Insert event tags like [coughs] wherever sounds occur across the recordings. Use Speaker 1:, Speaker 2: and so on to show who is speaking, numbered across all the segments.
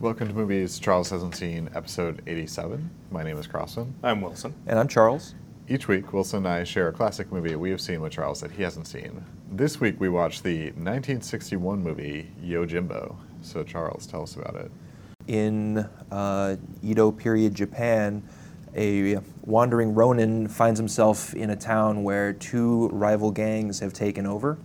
Speaker 1: Welcome to Movies Charles Hasn't Seen, episode 87. My name is Crossman.
Speaker 2: I'm Wilson. [laughs]
Speaker 3: And I'm Charles.
Speaker 1: Each week, Wilson and I share a classic movie we have seen with Charles that he hasn't seen. This week, we watched the 1961 movie Yojimbo. So, Charles, tell us about it.
Speaker 3: In uh, Edo period Japan, a wandering ronin finds himself in a town where two rival gangs have taken over.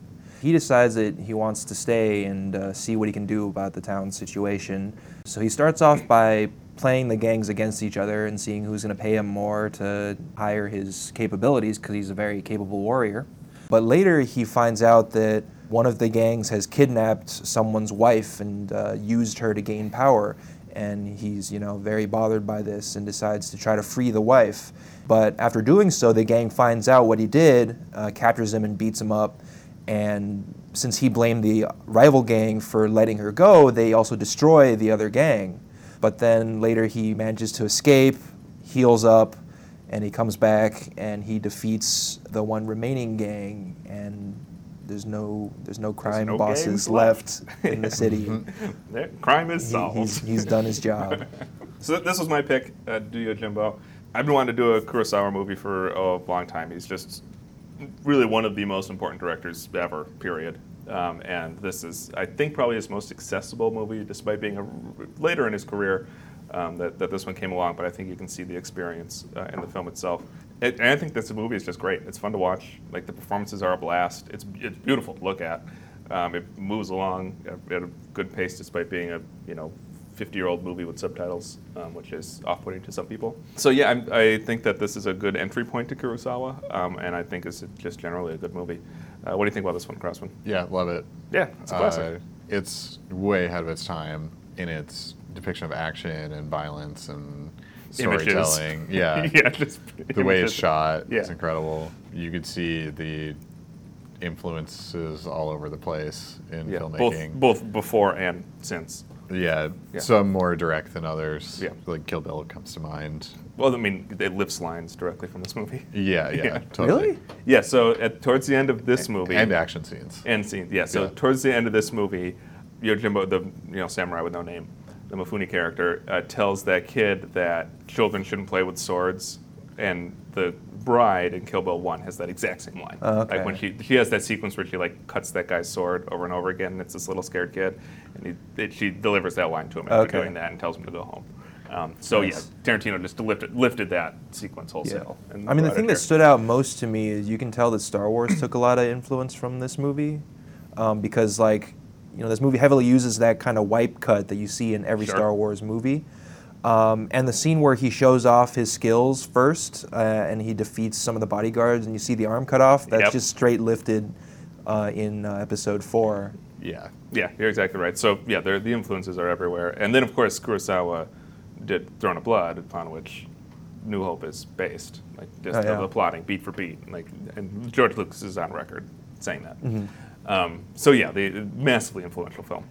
Speaker 3: He decides that he wants to stay and uh, see what he can do about the town situation. So he starts off by playing the gangs against each other and seeing who's going to pay him more to hire his capabilities because he's a very capable warrior. But later he finds out that one of the gangs has kidnapped someone's wife and uh, used her to gain power. And he's, you know, very bothered by this and decides to try to free the wife. But after doing so, the gang finds out what he did, uh, captures him, and beats him up. And since he blamed the rival gang for letting her go, they also destroy the other gang. But then later he manages to escape, heals up, and he comes back and he defeats the one remaining gang and there's no there's no crime
Speaker 2: no gangs
Speaker 3: bosses
Speaker 2: left.
Speaker 3: left in the city. He-
Speaker 2: There- Crime is
Speaker 3: he's-
Speaker 2: solved. [laughs]
Speaker 3: he's done his job.
Speaker 2: So th- this was my pick, uh, Duyo Jimbo. I've been wanting to do a Kurosawa movie for a long time. He's just really one of the most important directors ever, period. Um, and this is, I think, probably his most accessible movie, despite being a r later in his career um, that, that this one came along. But I think you can see the experience uh, in the film itself. It, and I think this movie is just great. It's fun to watch. Like the performances are a blast. It's it's beautiful to look at. Um, it moves along at, at a good pace, despite being a you know 50 year old movie with subtitles, um, which is off putting to some people. So, yeah, I'm, I think that this is a good entry point to Kurosawa, um, and I think it's just generally a good movie. Uh, what do you think about this one, Crossman?
Speaker 1: Yeah, love it.
Speaker 2: Yeah, it's a classic.
Speaker 1: Uh, it's way ahead of its time in its depiction of action and violence and
Speaker 2: Images. [laughs]
Speaker 1: storytelling. [laughs] Yeah.
Speaker 2: yeah, just [laughs]
Speaker 1: the way it's
Speaker 2: images.
Speaker 1: shot
Speaker 2: Yeah.
Speaker 1: is incredible. You could see the influences all over the place in
Speaker 2: Yeah, both,
Speaker 1: filmmaking.
Speaker 2: both before and since.
Speaker 1: yeah,
Speaker 2: Yeah.
Speaker 1: some more direct than others.
Speaker 2: Yeah.
Speaker 1: Like Kill Bill comes to mind.
Speaker 2: Well, I mean, it lifts lines directly from this movie.
Speaker 1: Yeah, yeah,
Speaker 2: [laughs] Yeah.
Speaker 1: totally.
Speaker 3: Really?
Speaker 2: Yeah, so at, towards the end of this movie,
Speaker 1: And action scenes.
Speaker 2: End scenes, yeah. So
Speaker 1: Yeah.
Speaker 2: towards the end of this movie, Yojimbo, the you know samurai with no name, the Mafuni character, uh, tells that kid that children shouldn't play with swords, and the bride in Kill Bill One has that exact same line.
Speaker 3: Oh, okay.
Speaker 2: Like when she she has that sequence where she like cuts that guy's sword over and over again, and it's this little scared kid, and he, it, she delivers that line to him after
Speaker 3: Okay.
Speaker 2: doing that and tells him to go home. Um, so
Speaker 3: Nice.
Speaker 2: yeah, Tarantino just lifted lifted that sequence wholesale. and
Speaker 3: I mean, the
Speaker 2: brought it
Speaker 3: thing
Speaker 2: here.
Speaker 3: that stood out most to me is you can tell that Star Wars took a lot of influence from this movie, um, because like, you know, this movie heavily uses that kind of wipe cut that you see in every
Speaker 2: Sure.
Speaker 3: Star Wars movie, um, and the scene where he shows off his skills first uh, and he defeats some of the bodyguards and you see the arm cut off. That's
Speaker 2: Yep.
Speaker 3: just straight lifted uh, in uh, Episode Four.
Speaker 1: Yeah.
Speaker 2: Yeah, you're exactly right. So yeah, there- the influences are everywhere, and then of course Kurosawa did Throne of Blood, upon which New Hope is based, like just
Speaker 3: Oh, yeah.
Speaker 2: the plotting beat for beat, like and George Lucas is on record saying that.
Speaker 3: Mm-hmm.
Speaker 2: Um, so yeah, the massively influential film,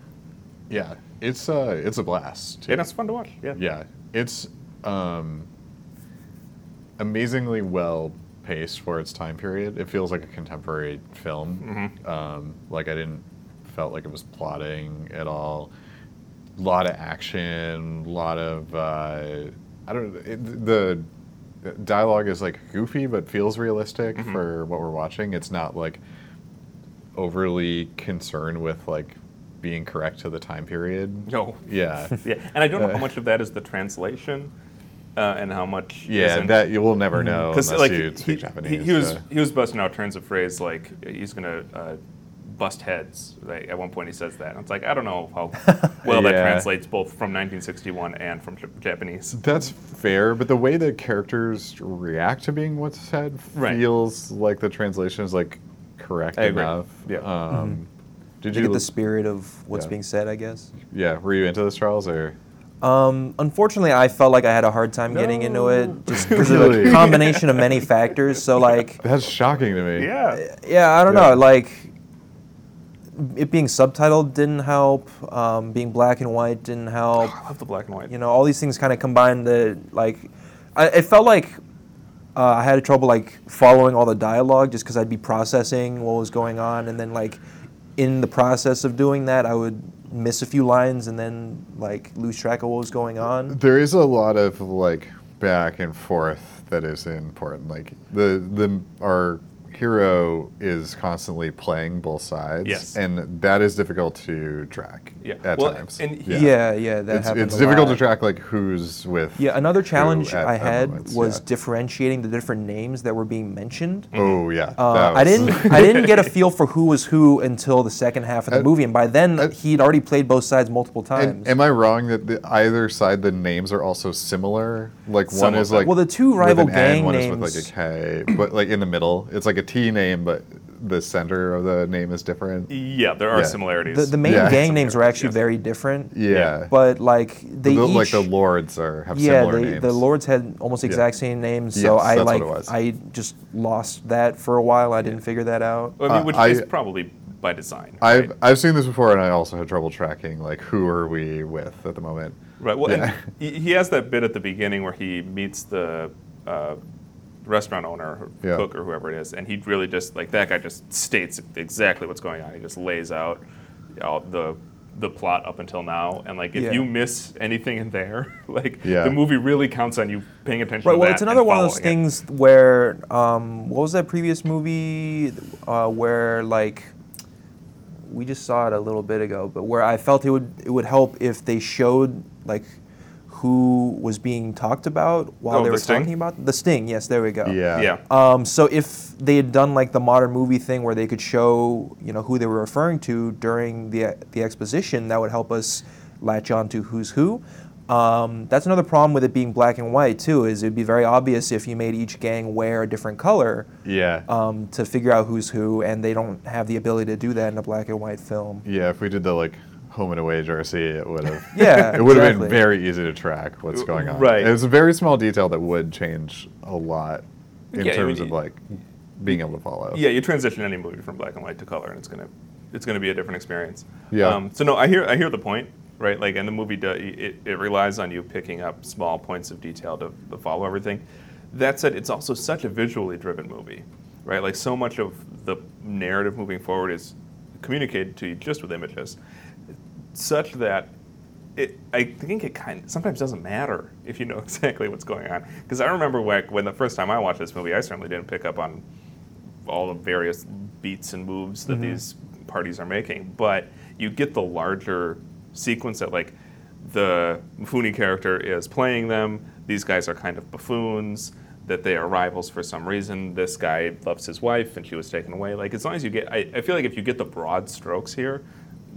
Speaker 1: Yeah. It's uh it's a blast. too.
Speaker 2: and it's fun to watch. Yeah,
Speaker 1: Yeah, it's um, amazingly well paced for its time period. It feels like a contemporary film. Um, like I didn't felt like it was plotting at all. A lot of action, a lot of uh, I don't it, the the dialogue is like goofy but feels realistic for what we're watching. It's not like overly concerned with like being correct to the time period.
Speaker 2: no, [laughs]
Speaker 1: Yeah.
Speaker 2: yeah, and I don't know how
Speaker 1: Uh,
Speaker 2: much of that is the translation, uh, and how much
Speaker 1: Yeah,
Speaker 2: isn't.
Speaker 1: that you will never know Oh, unless you
Speaker 2: Mm-hmm. he,
Speaker 1: speak
Speaker 2: he-
Speaker 1: Japanese.
Speaker 2: he was
Speaker 1: uh,
Speaker 2: he was busting out turns of phrase like he's gonna uh, bust heads. Like, at one point he says that, and it's like I don't know
Speaker 1: [laughs]
Speaker 2: how well that
Speaker 1: Yeah.
Speaker 2: translates both from 1961 and from Jap- Japanese.
Speaker 1: that's fair, but the way the characters react to being what's said
Speaker 2: Right.
Speaker 1: feels like the translation is like correct
Speaker 2: I agree.
Speaker 1: enough.
Speaker 2: Yeah.
Speaker 1: Um, Did
Speaker 3: You
Speaker 1: you?
Speaker 3: get the spirit of what's
Speaker 1: Yeah.
Speaker 3: being said, I guess.
Speaker 1: yeah. Were you into this, Charles? Or
Speaker 3: Um, unfortunately, I felt like I had a hard time getting into
Speaker 2: No.
Speaker 3: it
Speaker 1: [laughs]
Speaker 3: just because of
Speaker 1: Really?
Speaker 3: a combination of many factors. So, like,
Speaker 1: that's shocking to me.
Speaker 2: Yeah,
Speaker 3: yeah, I don't
Speaker 1: Yeah.
Speaker 3: know. Like, it being subtitled didn't help. Um, being black and white didn't help.
Speaker 2: I love the black and white.
Speaker 3: You know, all these things kind of combined. The like, I, it felt like uh, I had trouble like following all the dialogue just because I'd be processing what was going on, and then like in the process of doing that, I would miss a few lines and then like lose track of what was going on.
Speaker 1: There is a lot of like back and forth that is important. Like the the our hero is constantly playing both sides.
Speaker 2: Yes.
Speaker 1: And that is difficult to track
Speaker 2: Yeah.
Speaker 1: at
Speaker 2: Well,
Speaker 1: times.
Speaker 2: and he-
Speaker 3: Yeah, yeah, that
Speaker 1: it's
Speaker 3: happened.
Speaker 1: it's
Speaker 3: a
Speaker 1: difficult
Speaker 3: lot.
Speaker 1: to track like who's with
Speaker 3: Yeah, another
Speaker 1: who
Speaker 3: challenge
Speaker 1: at-
Speaker 3: I
Speaker 1: at
Speaker 3: had
Speaker 1: moments,
Speaker 3: was
Speaker 1: yeah.
Speaker 3: differentiating the different names that were being mentioned.
Speaker 1: Oh yeah.
Speaker 3: Uh,
Speaker 1: that
Speaker 3: I
Speaker 1: was- [laughs]
Speaker 3: didn't. I didn't get a feel for who was who until the second half of the
Speaker 1: Uh,
Speaker 3: movie, and by then
Speaker 1: uh,
Speaker 3: he'd already played both sides multiple
Speaker 1: And
Speaker 3: times.
Speaker 1: am I wrong that the, either side the names are also similar? Like
Speaker 2: Some
Speaker 1: one
Speaker 2: of
Speaker 1: is
Speaker 2: them.
Speaker 1: like
Speaker 3: Well, the two
Speaker 1: with
Speaker 3: rival
Speaker 1: an N,
Speaker 3: gang
Speaker 1: one
Speaker 3: names-
Speaker 1: is with like a K, but like in the middle, it's like a T name, but the center of the name is different. Yeah,
Speaker 2: Yeah, there are
Speaker 1: Yeah.
Speaker 2: similarities.
Speaker 3: the,
Speaker 1: [laughs]
Speaker 3: the main
Speaker 1: Yeah.
Speaker 3: gang names were actually
Speaker 2: Yes.
Speaker 3: very different.
Speaker 2: Yeah.
Speaker 3: But like they
Speaker 1: The-
Speaker 3: each,
Speaker 1: like the lords are have
Speaker 3: yeah,
Speaker 1: similar
Speaker 3: they,
Speaker 1: names.
Speaker 3: the lords had almost exact same names. So
Speaker 1: Yes,
Speaker 3: I
Speaker 1: that's what
Speaker 3: like
Speaker 1: it was.
Speaker 3: I just lost that for a while. I didn't figure that out.
Speaker 2: I mean,
Speaker 1: Uh,
Speaker 2: which
Speaker 1: I-
Speaker 2: is probably by design.
Speaker 1: I've
Speaker 2: right?
Speaker 1: I've seen this before, and I also had trouble tracking like who are we with at the moment.
Speaker 2: Right. Well,
Speaker 1: Yeah.
Speaker 2: and he- he has that bit at the beginning where he meets the uh, restaurant owner, or
Speaker 1: Yeah.
Speaker 2: cook, or whoever it is, and he really just like that guy just states exactly what's going on. He just lays out all the the plot up until now, and like if
Speaker 3: Yeah.
Speaker 2: you miss anything in there, [laughs] like
Speaker 1: Yeah.
Speaker 2: the movie really counts on you paying attention.
Speaker 3: Right.
Speaker 2: to
Speaker 3: Well,
Speaker 2: that
Speaker 3: it's another
Speaker 2: and
Speaker 3: one of those
Speaker 2: following it.
Speaker 3: things where um, what was that previous movie uh, where like we just saw it a little bit ago, but where I felt it would it would help if they showed like who was being talked about while
Speaker 2: Oh,
Speaker 3: they
Speaker 2: The
Speaker 3: were
Speaker 2: Sting?
Speaker 3: talking about the Sting. Yes, there we go.
Speaker 1: Yeah.
Speaker 2: Yeah.
Speaker 3: Um, so if they had done like the modern movie thing where they could show you know who they were referring to during the the exposition, that would help us latch on to who's who. Um, that's another problem with it being black and white too. Is it'd be very obvious if you made each gang wear a different color
Speaker 1: Yeah.
Speaker 3: um, to figure out who's who, and they don't have the ability to do that in a black and white film.
Speaker 1: yeah. If we did the like home and away jersey, it would have.
Speaker 2: [laughs]
Speaker 1: [laughs]
Speaker 3: Yeah,
Speaker 1: [laughs] It would have
Speaker 3: exactly.
Speaker 1: been very easy to track what's going on.
Speaker 2: Right.
Speaker 1: It's a very small detail that would change a lot in
Speaker 2: Yeah, I
Speaker 1: terms
Speaker 2: mean,
Speaker 1: of like being able to follow.
Speaker 2: Yeah, you transition any movie from black and white to color, and it's gonna it's gonna be a different experience. Um,
Speaker 1: Yeah.
Speaker 2: so no, I hear I hear the point, right? Like, and the movie do, it it relies on you picking up small points of detail to, to follow everything. That said, it's also such a visually driven movie, right? Like, so much of the narrative moving forward is communicated to you just with images, such that. It, I think it kind of sometimes doesn't matter if you know [laughs] exactly what's going on. Because I remember like when the first time I watched this movie, I certainly didn't pick up on all the various beats and moves that these parties are making, but you get the larger sequence that like the Mufuni character is playing them. These guys are kind of buffoons. That they are rivals for some reason. This guy loves his wife, and she was taken away. Like as long as you get, I, I feel like if you get the broad strokes here,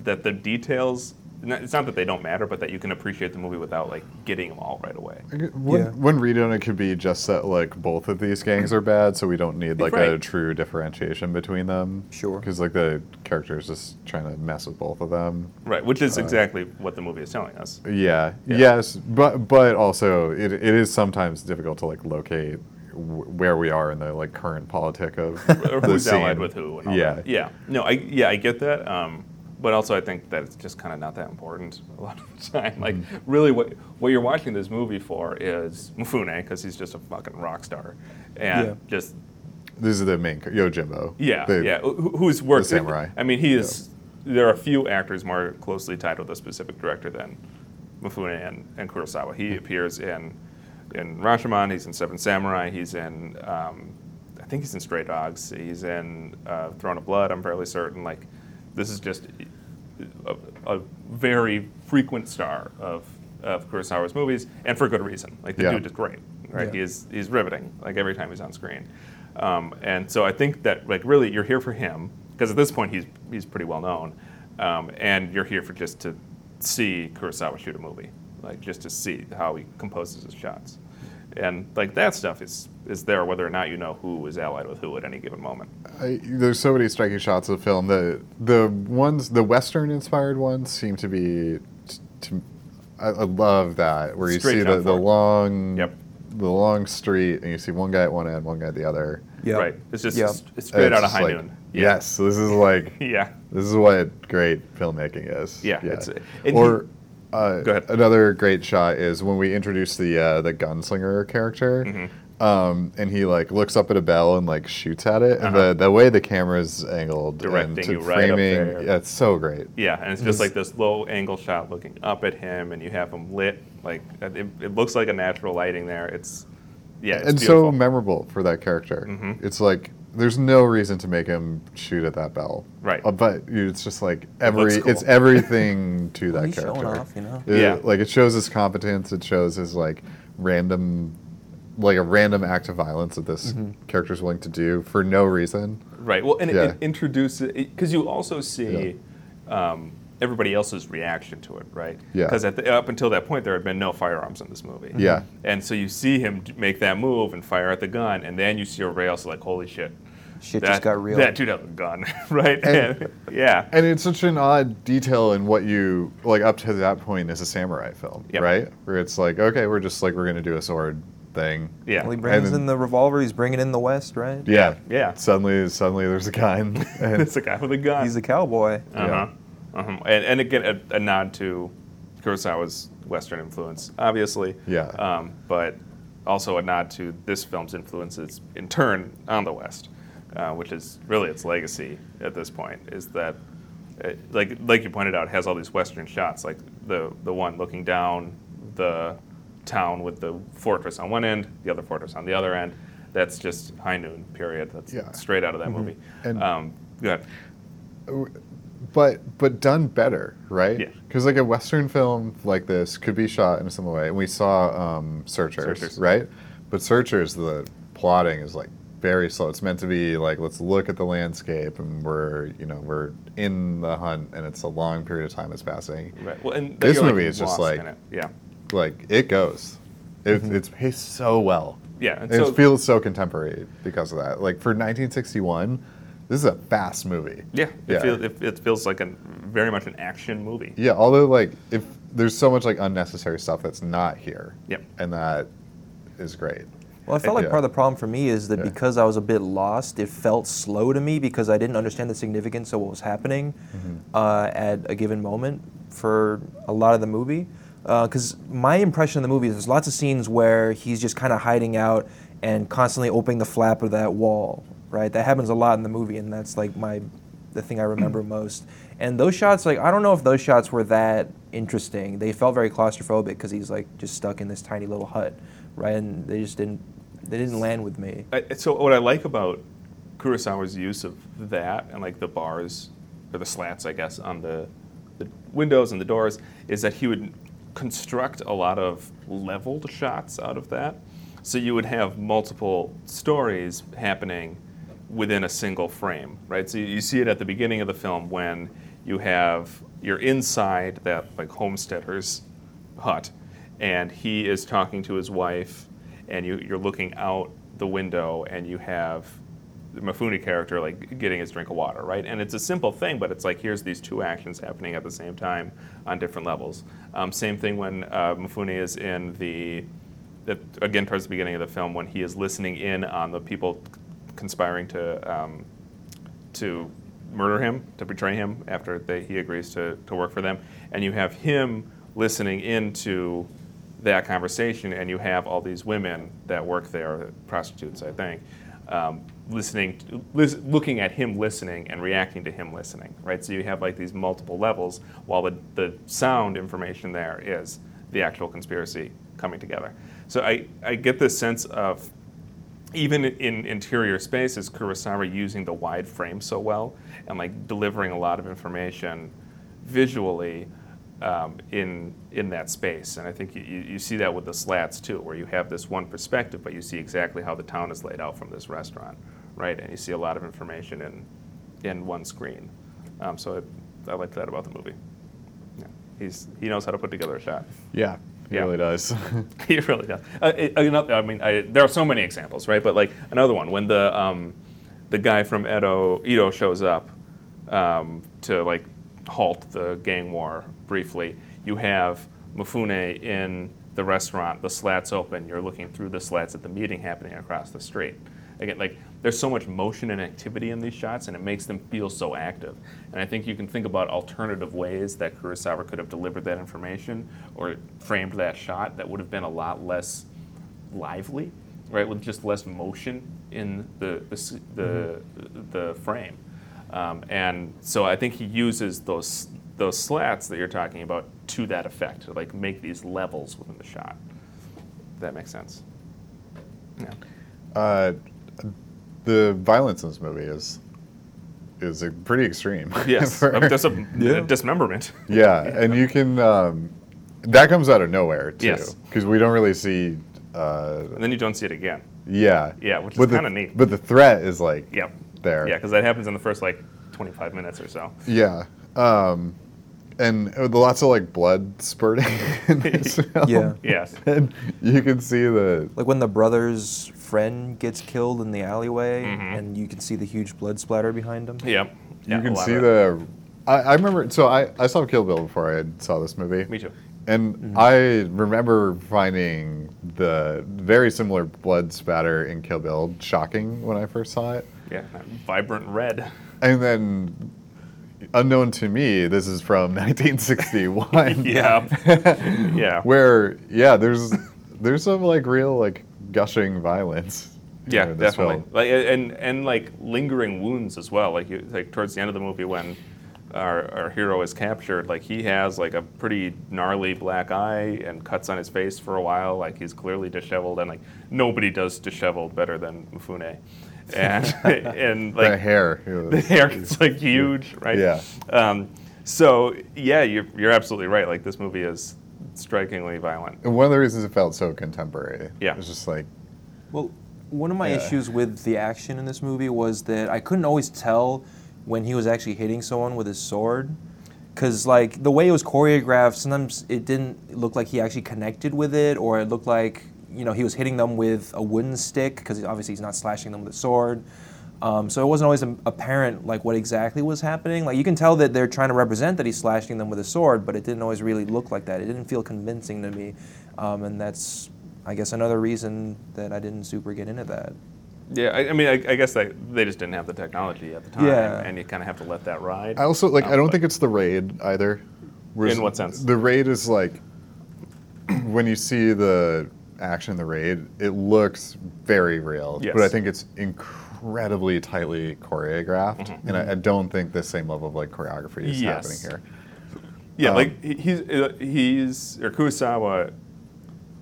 Speaker 2: that the details. not- It's not that they don't matter, but that you can appreciate the movie without like getting them all right away.
Speaker 1: I gu- One,
Speaker 3: Yeah.
Speaker 1: one read on it could be just that like both of these gangs are bad, so we don't need like a
Speaker 2: Right.
Speaker 1: true differentiation between them.
Speaker 3: Sure.
Speaker 1: Because like the character is just trying to mess with both of them.
Speaker 2: Right, which is exactly what the movie is telling us.
Speaker 1: Yeah.
Speaker 2: Yeah.
Speaker 1: Yes, but but also it, it is sometimes difficult to like locate w- where we are in the like current politic of [laughs]
Speaker 2: or
Speaker 1: the
Speaker 2: who's allied
Speaker 1: scene.
Speaker 2: with [laughs] who. And all
Speaker 1: yeah.
Speaker 2: that. yeah. No, I yeah I get that. Um, but also I think that it's just kind of not that important [laughs] a lot of the time. Like
Speaker 1: Mm-hmm.
Speaker 2: really, what what you're watching this movie for is Mufune because he's just a fucking rock star, and
Speaker 3: Yeah.
Speaker 2: just
Speaker 1: This is the main ca- Yojimbo.
Speaker 2: yeah,
Speaker 1: The-
Speaker 2: yeah. Who- Who's worked?
Speaker 1: samurai.
Speaker 2: I mean, he is. There are a few actors more closely tied with a specific director than Mifune and, and Kurosawa. He appears in in Rashomon. He's in Seven Samurai. He's in. Um, I think he's in Stray Dogs. He's in uh, Throne of Blood. I'm fairly certain. Like, this is just a, a very frequent star of of Kurosawa's movies, and for good reason. Like the
Speaker 1: Yeah.
Speaker 2: dude is great, right?
Speaker 3: Yeah.
Speaker 2: He is he's riveting like every time he's on screen, um, and so I think that like really you're here for him because at this point he's he's pretty well known, um, and you're here for just to see Kurosawa shoot a movie, like just to see how he composes his shots, and like that stuff is is there whether or not you know who is allied with who at any given moment.
Speaker 1: I, there's so many striking shots of film. The the ones the western inspired ones seem to be. T- to, I, I love that where you
Speaker 2: Straight
Speaker 1: see
Speaker 2: down
Speaker 1: the, the
Speaker 2: for it.
Speaker 1: long
Speaker 2: Yep.
Speaker 1: the long street and you see one guy at one end, one guy at the other.
Speaker 3: Yeah.
Speaker 2: Right? It's just
Speaker 3: Yeah.
Speaker 2: it's, straight
Speaker 1: It's
Speaker 2: out of
Speaker 1: just
Speaker 2: High
Speaker 1: like,
Speaker 2: Noon.
Speaker 1: Yes, so this is like
Speaker 2: [laughs] Yeah.
Speaker 1: this is what great filmmaking is.
Speaker 2: Yeah, it's- and
Speaker 1: or. uh,
Speaker 2: Go ahead.
Speaker 1: Another great shot is when we introduce the uh, the gunslinger character.
Speaker 2: Mm-hmm.
Speaker 1: Um, and he like looks up at a bell and like shoots at it. And
Speaker 2: Uh-huh.
Speaker 1: the, the way the camera's angled
Speaker 2: Directing
Speaker 1: and to
Speaker 2: you right up
Speaker 1: framing,
Speaker 2: there.
Speaker 1: yeah, it's so great.
Speaker 2: Yeah, and it's just like this low angle shot looking up at him, and you have him lit. Like uh, it, it looks like a natural lighting there. It's yeah, it's
Speaker 1: and so
Speaker 2: beautiful.
Speaker 1: memorable for that character.
Speaker 2: Mhm.
Speaker 1: It's like there's no reason to make him shoot at that bell,
Speaker 2: Right.
Speaker 1: Uh, but it's just like every
Speaker 2: looks cool.
Speaker 1: it's everything to that
Speaker 3: he's showing
Speaker 1: character.
Speaker 3: off, you know?
Speaker 1: It-
Speaker 2: Yeah.
Speaker 1: like it shows his competence. It shows his like random, like a random act of violence that this character's willing to do for no reason.
Speaker 2: right. Well, and it,
Speaker 1: Yeah.
Speaker 2: it introduces because you also see um, everybody else's reaction to it, right?
Speaker 1: Yeah.
Speaker 2: Because up until that point, there had been no firearms in this movie.
Speaker 1: Yeah.
Speaker 2: And so you see him d- make that move and fire at the gun, and then you see everybody else like, holy shit.
Speaker 3: Shit
Speaker 2: that,
Speaker 3: just got real.
Speaker 2: That dude has a gun, [laughs] right?
Speaker 1: And-
Speaker 2: And- [laughs] yeah.
Speaker 1: And it's such an odd detail in what you like up to that point is a samurai film,
Speaker 2: Yep.
Speaker 1: right? Where it's like, okay, we're just like we're gonna do a sword thing.
Speaker 2: yeah.
Speaker 3: Well, he brings
Speaker 1: then-
Speaker 3: in the revolver. He's bringing in the West, right?
Speaker 1: Yeah.
Speaker 2: Yeah.
Speaker 1: Suddenly, suddenly there's a gun. [laughs] And
Speaker 2: [laughs] it's a guy with a gun.
Speaker 3: He's a cowboy.
Speaker 2: Uh-huh. Uh-huh. And, and again, a, a nod to Kurosawa's Western influence, obviously.
Speaker 1: Yeah.
Speaker 2: Um, but also a nod to this film's influences in turn on the West, uh, which is really its legacy at this point. Is that, uh, like like you pointed out, it has all these Western shots, like the the one looking down the town with the fortress on one end, the other fortress on the other end. That's just high noon period. That's
Speaker 1: Yeah. Mm-hmm.
Speaker 2: straight out of that movie.
Speaker 1: And-
Speaker 2: um, go ahead.
Speaker 1: but but done better, right?
Speaker 2: Yeah.
Speaker 1: Because like a western film like this could be shot in a similar way, and we saw um, Searchers,
Speaker 2: Searchers.
Speaker 1: right? But Searchers, the plotting is like very slow. It's meant to be like let's look at the landscape, and we're you know we're in the hunt, and it's a long period of time that's passing.
Speaker 2: Right. Well, and
Speaker 1: This
Speaker 2: you're, like,
Speaker 1: movie is just
Speaker 2: lost
Speaker 1: like-
Speaker 2: in it. yeah,
Speaker 1: Like it goes, it, it's paced so well.
Speaker 2: yeah. Mm-hmm. And
Speaker 1: And
Speaker 2: so,
Speaker 1: it feels so contemporary because of that. Like for 1961, this is a fast movie.
Speaker 2: yeah, it
Speaker 1: Yeah.
Speaker 2: feels it, it feels like a very much an action movie.
Speaker 1: Yeah, although like if there's so much like unnecessary stuff that's not here.
Speaker 2: Yep.
Speaker 1: And that is great.
Speaker 3: Well, I felt like
Speaker 1: Yeah.
Speaker 3: part of the problem for me is that
Speaker 1: Yeah.
Speaker 3: because I was a bit lost, it felt slow to me because I didn't understand the significance of what was happening
Speaker 1: Mm-hmm.
Speaker 3: uh, at a given moment for a lot of the movie. Because my impression of the movie is there's lots of scenes where he's just kind of hiding out and constantly opening the flap of that wall, right? That happens a lot in the movie, and that's like my the thing I remember most. And those shots, like I don't know if those shots were that interesting. They felt very claustrophobic because he's like just stuck in this tiny little hut, right? And they just didn't they didn't land with me.
Speaker 2: I, so what I like about Kurosawa's use of that and like the bars or the slats, I guess, on the the windows and the doors is that he would construct a lot of leveled shots out of that. So you would have multiple stories happening within a single frame, right? So you, you see it at the beginning of the film when you have you're inside that like homesteader's hut, and he is talking to his wife, and you, you're looking out the window, and you have the Mafuni character like getting his drink of water, right? And it's a simple thing, but it's like here's these two actions happening at the same time on different levels. Um, same thing when uh, Mafuni is in the that again towards the beginning of the film when he is listening in on the people conspiring to um, to murder him, to betray him after they, he agrees to, to work for them. And you have him listening into that conversation, and you have all these women that work there, prostitutes, I think, um, listening, to, lis- looking at him listening and reacting to him listening, right? So you have like these multiple levels, while the, the sound information there is the actual conspiracy coming together. So I, I get this sense of even in interior spaces, Kurosawa using the wide frame so well and like delivering a lot of information visually um, in in that space. And I think you, you you see that with the slats too, where you have this one perspective, but you see exactly how the town is laid out from this restaurant, right? And you see a lot of information in in one screen. Um, so I, I like that about the movie. Yeah. He's he knows how to put together a shot.
Speaker 1: Yeah. It
Speaker 2: Yeah.
Speaker 1: really
Speaker 2: [laughs]
Speaker 1: does.
Speaker 2: He really does. Uh, it- another, I mean, I, there are so many examples, right? But like another one, when the um, the guy from Edo Edo shows up um, to like halt the gang war briefly, you have Mufune in the restaurant. The slats open. You're looking through the slats at the meeting happening across the street. Again, like there's so much motion and activity in these shots, and it makes them feel so active. And I think you can think about alternative ways that Kurosawa could have delivered that information or framed that shot that would have been a lot less lively right? With just less motion in the the s- the, the frame, um, and so I think he uses those those slats that you're talking about to that effect to like make these levels within the shot. That makes sense. Yeah.
Speaker 1: Uh, the violence in this movie is is uh, pretty extreme. [laughs]
Speaker 2: Yes,
Speaker 1: For-
Speaker 2: I mean, that's a
Speaker 3: Yeah.
Speaker 2: a dismemberment.
Speaker 1: yeah, and you can um, that comes out of nowhere too,
Speaker 2: Yes.
Speaker 1: because we don't really see. Uh,
Speaker 2: And then you don't see it again.
Speaker 1: yeah,
Speaker 2: Yeah, which is
Speaker 1: But the-
Speaker 2: kinda neat.
Speaker 1: But the threat is like
Speaker 2: Yep.
Speaker 1: there.
Speaker 2: Yeah, because that happens in the first like 25 minutes or so.
Speaker 1: Yeah. Um, and uh, lots of like blood spurting [laughs] in this film.
Speaker 3: Yeah.
Speaker 1: [laughs]
Speaker 2: Yes.
Speaker 1: And you can see the
Speaker 3: Like when the brother's friend gets killed in the alleyway,
Speaker 2: Mhm.
Speaker 3: and you can see the huge blood splatter behind him.
Speaker 2: Yep. Yeah,
Speaker 1: you
Speaker 2: a
Speaker 1: can
Speaker 2: lot
Speaker 1: see
Speaker 2: of that.
Speaker 1: the I, I remember so I, I saw Kill Bill before I saw this movie.
Speaker 2: Me Mhm. too.
Speaker 1: And I remember finding the very similar blood spatter in Kill Bill shocking when I first saw it.
Speaker 2: Yeah, that vibrant
Speaker 1: [laughs]
Speaker 2: red.
Speaker 1: And then unknown to me, this is from [laughs]
Speaker 2: [laughs]
Speaker 1: 1961.
Speaker 2: Yeah. Yeah.
Speaker 1: Where yeah, there's there's some like real like gushing violence. you
Speaker 2: Yeah,
Speaker 1: know, in this
Speaker 2: definitely.
Speaker 1: film.
Speaker 2: Like and and like lingering wounds as well. Like you, like towards the end of the movie when our, our hero is captured, like he has like a pretty gnarly black eye and cuts on his face for a while. Like he's clearly disheveled, and like nobody does disheveled better than
Speaker 1: [laughs]
Speaker 2: Mufune. And and
Speaker 1: the
Speaker 2: like
Speaker 1: hair.
Speaker 2: [laughs] the hair gets like huge, right?
Speaker 1: Yeah.
Speaker 2: Um, so yeah, you're you're absolutely right. Like this movie is strikingly violent.
Speaker 1: And one of the reasons it felt so contemporary.
Speaker 2: Yeah.
Speaker 1: It was just like
Speaker 3: Well, one of my
Speaker 1: Yeah.
Speaker 3: issues with the action in this movie was that I couldn't always tell when he was actually hitting someone with his sword. Because, like, the way it was choreographed, sometimes it didn't look like he actually connected with it, or it looked like, you know, he was hitting them with a wooden stick, because obviously he's not slashing them with a sword. Um, so it wasn't always um, apparent, like, what exactly was happening. Like, you can tell that they're trying to represent that he's slashing them with a sword, but it didn't always really look like that. It didn't feel convincing to me. Um, and that's, I guess, another reason that I didn't super get into that.
Speaker 2: Yeah, I, I mean, I, I guess they, they just didn't have the technology at the time,
Speaker 3: Yeah.
Speaker 2: and you kind of have to let that ride.
Speaker 1: I also like
Speaker 2: Um,
Speaker 1: I don't
Speaker 2: but-
Speaker 1: think it's the raid either. Whereas
Speaker 2: In what sense?
Speaker 1: The raid is like [clears throat] when you see the action in the raid, it looks very real.
Speaker 2: Yes.
Speaker 1: But I think it's incredibly tightly choreographed. And I, I don't think the same level of like choreography is
Speaker 2: Mm-hmm. Yes.
Speaker 1: happening here.
Speaker 2: Yeah,
Speaker 1: Um,
Speaker 2: like he- he's uh, he's or Kurosawa,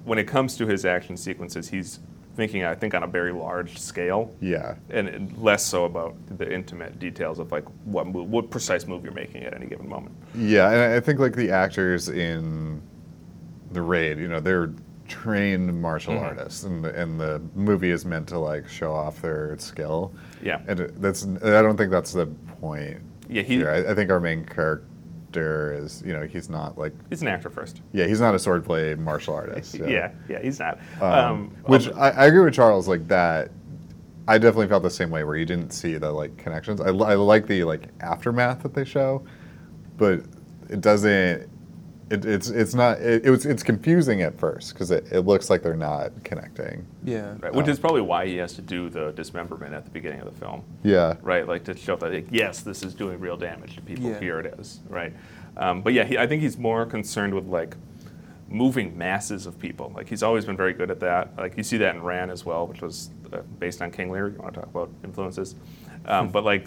Speaker 2: when it comes to his action sequences, he's thinking I think on a very large scale,
Speaker 1: Yeah.
Speaker 2: and and less so about the intimate details of like what mo- what precise move you're making at any given moment.
Speaker 1: Yeah, and I- I think like the actors in the raid, you know, they're trained martial
Speaker 2: Mhm.
Speaker 1: artists, and the, and the movie is meant to like show off their skill,
Speaker 2: Yeah,
Speaker 1: and it- that's I don't think that's the point.
Speaker 2: yeah, he
Speaker 1: here. I, I think our main character is, you know, he's not like,
Speaker 2: he's an actor first.
Speaker 1: yeah, he's not a swordplay martial
Speaker 2: [laughs]
Speaker 1: artist.
Speaker 2: Yeah, yeah, he's not.
Speaker 1: Um, which I, I agree with Charles. Like that, I definitely felt the same way. Where you didn't see the like connections. I, li- I like the like aftermath that they show, but it doesn't. It, it's it's not. It, it was it's confusing at first because it, it looks like they're not connecting.
Speaker 3: Yeah.
Speaker 2: Right, which
Speaker 1: Uh,
Speaker 2: is probably why he has to do the dismemberment at the beginning of the film,
Speaker 1: Yeah.
Speaker 2: right? Like to show that, like, yes, this is doing real damage to people.
Speaker 3: Yeah.
Speaker 2: Here it is, right? Um, but yeah, he, I think he's more concerned with like moving masses of people. Like he's always been very good at that. Like you see that in Ran as well, which was uh, based on King Lear. You want to talk about influences? Um, but like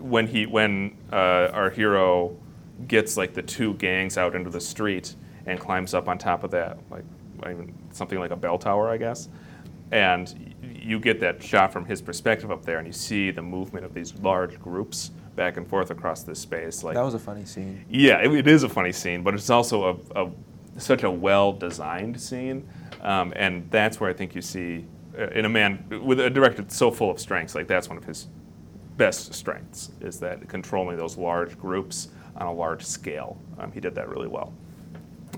Speaker 2: when he when uh, our hero gets like the two gangs out into the street and climbs up on top of that like I mean, something like a bell tower, I guess, and y- you get that shot from his perspective up there, and you see the movement of these large groups back and forth across this space. Like
Speaker 3: That was a funny scene.
Speaker 2: yeah, it, it is a funny scene, but it's also a, a such a well-designed scene, um, and that's where I think you see uh, in a man with a director that's so full of strengths. Like that's one of his best strengths is that controlling those large groups on a large scale. Um, he did that really well,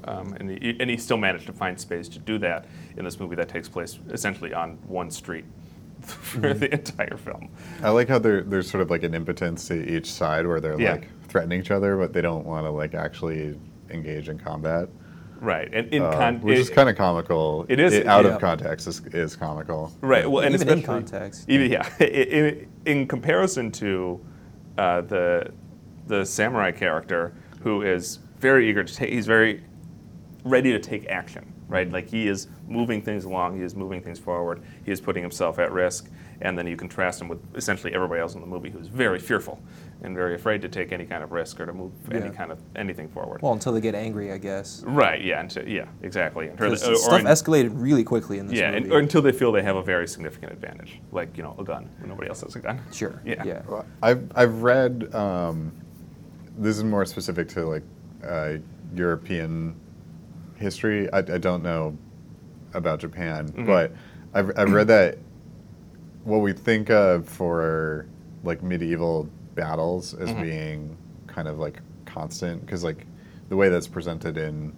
Speaker 2: um, and he, and he still managed to find space to do that in this movie that takes place essentially on one street [laughs] for the entire film.
Speaker 1: I like how there there's sort of like an impotence to each side where they're
Speaker 2: Yeah.
Speaker 1: like threatening each other, but they don't want to like actually engage in combat.
Speaker 2: Right, and in
Speaker 1: Uh,
Speaker 2: con- eh,
Speaker 1: which
Speaker 2: it-
Speaker 1: is kind of comical.
Speaker 2: it is-
Speaker 1: out
Speaker 3: yeah.
Speaker 1: of context is, is comical.
Speaker 2: Right. Well, and
Speaker 3: Even in
Speaker 2: especially-
Speaker 3: context.
Speaker 2: Even yeah, [laughs] i- i- in, in comparison to uh, the the samurai character, who is very eager to take, he's very ready to take action, right? Like he is moving things along, he is moving things forward, he is putting himself at risk, and then you contrast him with essentially everybody else in the movie who's very fearful and very afraid to take any kind of risk or to move any
Speaker 3: Yeah.
Speaker 2: kind of anything forward.
Speaker 3: Well, until they get angry, I guess.
Speaker 2: right? Yeah. And so, yeah. Exactly. And her- uh,
Speaker 3: 'Cause
Speaker 2: or- or
Speaker 3: stuff
Speaker 2: in-
Speaker 3: escalated really quickly in this
Speaker 2: yeah,
Speaker 3: movie.
Speaker 2: and, or until they feel they have a very significant advantage, like you know, a gun when nobody else has a gun.
Speaker 3: sure.
Speaker 2: Yeah.
Speaker 3: yeah.
Speaker 1: Well, I've I've read. Um, this is more specific to like uh, European history. I, I don't know about Japan, but I've I've read that what we think of for like medieval battles as being kind of like constant because like the way that's presented in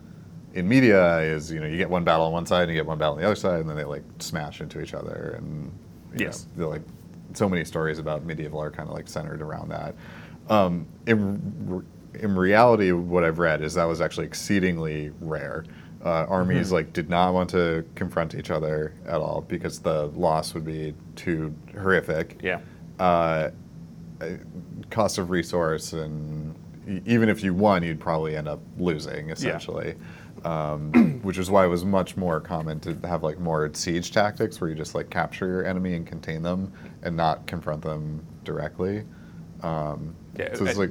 Speaker 1: in media is you know you get one battle on one side and you get one battle on the other side and then they like smash into each other and you
Speaker 2: Yes.
Speaker 1: know, they're, like so many stories about medieval are kind of like centered around that um, in in reality what I've read is that was actually exceedingly rare uh, armies like did not want to confront each other at all because the loss would be too horrific
Speaker 2: Yeah.
Speaker 1: uh, cost of resource and e- even if you won you'd probably end up losing essentially um, [clears throat] which is why it was much more common to have like more siege tactics where you just like capture your enemy and contain them and not confront them directly um,
Speaker 2: Yeah,
Speaker 1: so it's
Speaker 2: I-
Speaker 1: like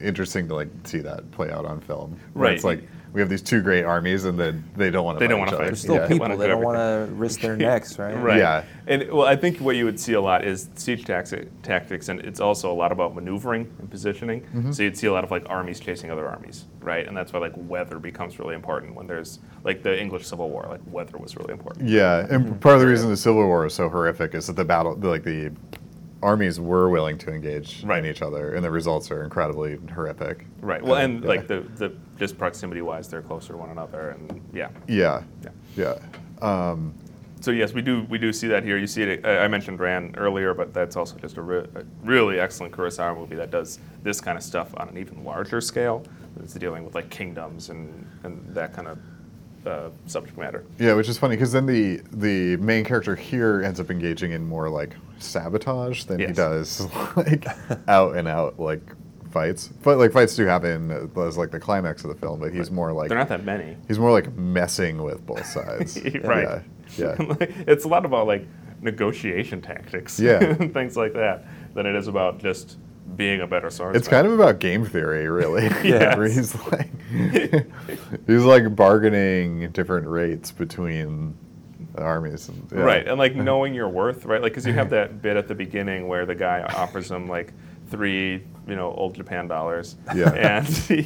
Speaker 1: interesting to like see that play out on film where
Speaker 2: Right.
Speaker 1: it's like we have these two great armies and then they don't want to
Speaker 2: They don't
Speaker 1: fight each other.
Speaker 2: wanna fight.
Speaker 3: They're still
Speaker 1: Yeah.
Speaker 3: people.
Speaker 2: wanna
Speaker 3: They
Speaker 2: do
Speaker 3: don't want to risk their necks, right?
Speaker 2: [laughs] Right.
Speaker 1: Yeah.
Speaker 2: And well, I think what you would see a lot is siege taxi- tactics, and it's also a lot about maneuvering and positioning.
Speaker 1: Mm-hmm.
Speaker 2: So you'd see a lot of like armies chasing other armies, right? And that's why like weather becomes really important when there's like the English Civil War. Like weather was really important.
Speaker 1: Yeah,
Speaker 2: Mm-hmm.
Speaker 1: and part of the reason the Civil War was so horrific is that the battle, the, like the armies were willing to engage in
Speaker 2: Right.
Speaker 1: each other, and the results are incredibly horrific.
Speaker 2: Right. Well, and
Speaker 1: yeah.
Speaker 2: like the the just proximity wise, they're closer to one another, and yeah.
Speaker 1: Yeah,
Speaker 2: Yeah.
Speaker 1: yeah,
Speaker 2: So yes, we do we do see that here. You see it. uh, I I mentioned Ran earlier, but that's also just a, re- a really excellent Kurosawa movie that does this kind of stuff on an even larger scale. It's dealing with like kingdoms and and that kind of uh, subject matter.
Speaker 1: yeah. Which is funny because then the the main character here ends up engaging in more like sabotage than he
Speaker 2: Yes.
Speaker 1: does [laughs] like out and out like fights. But like fights do happen as like the climax of the film, but he's more like
Speaker 2: They're not that many,
Speaker 1: he's more like messing with both
Speaker 2: [laughs]
Speaker 1: sides.
Speaker 2: right? [laughs]
Speaker 1: Yeah. yeah.
Speaker 2: it's a lot about like negotiation tactics,
Speaker 1: Yeah.
Speaker 2: [laughs] and things like that, than it is about just being a better swordsman.
Speaker 1: It's kind of about game theory, really.
Speaker 2: [laughs]
Speaker 1: [laughs]
Speaker 2: Yes.
Speaker 1: Where he's like, [laughs] he's like bargaining different rates between the armies. And, yeah.
Speaker 2: Right,
Speaker 1: [laughs]
Speaker 2: and like knowing your worth, right? Like, because you have that bit at the beginning where the guy offers him like three, you know, old Japan dollars.
Speaker 1: Yeah.
Speaker 2: [laughs]
Speaker 1: [laughs]
Speaker 2: And he,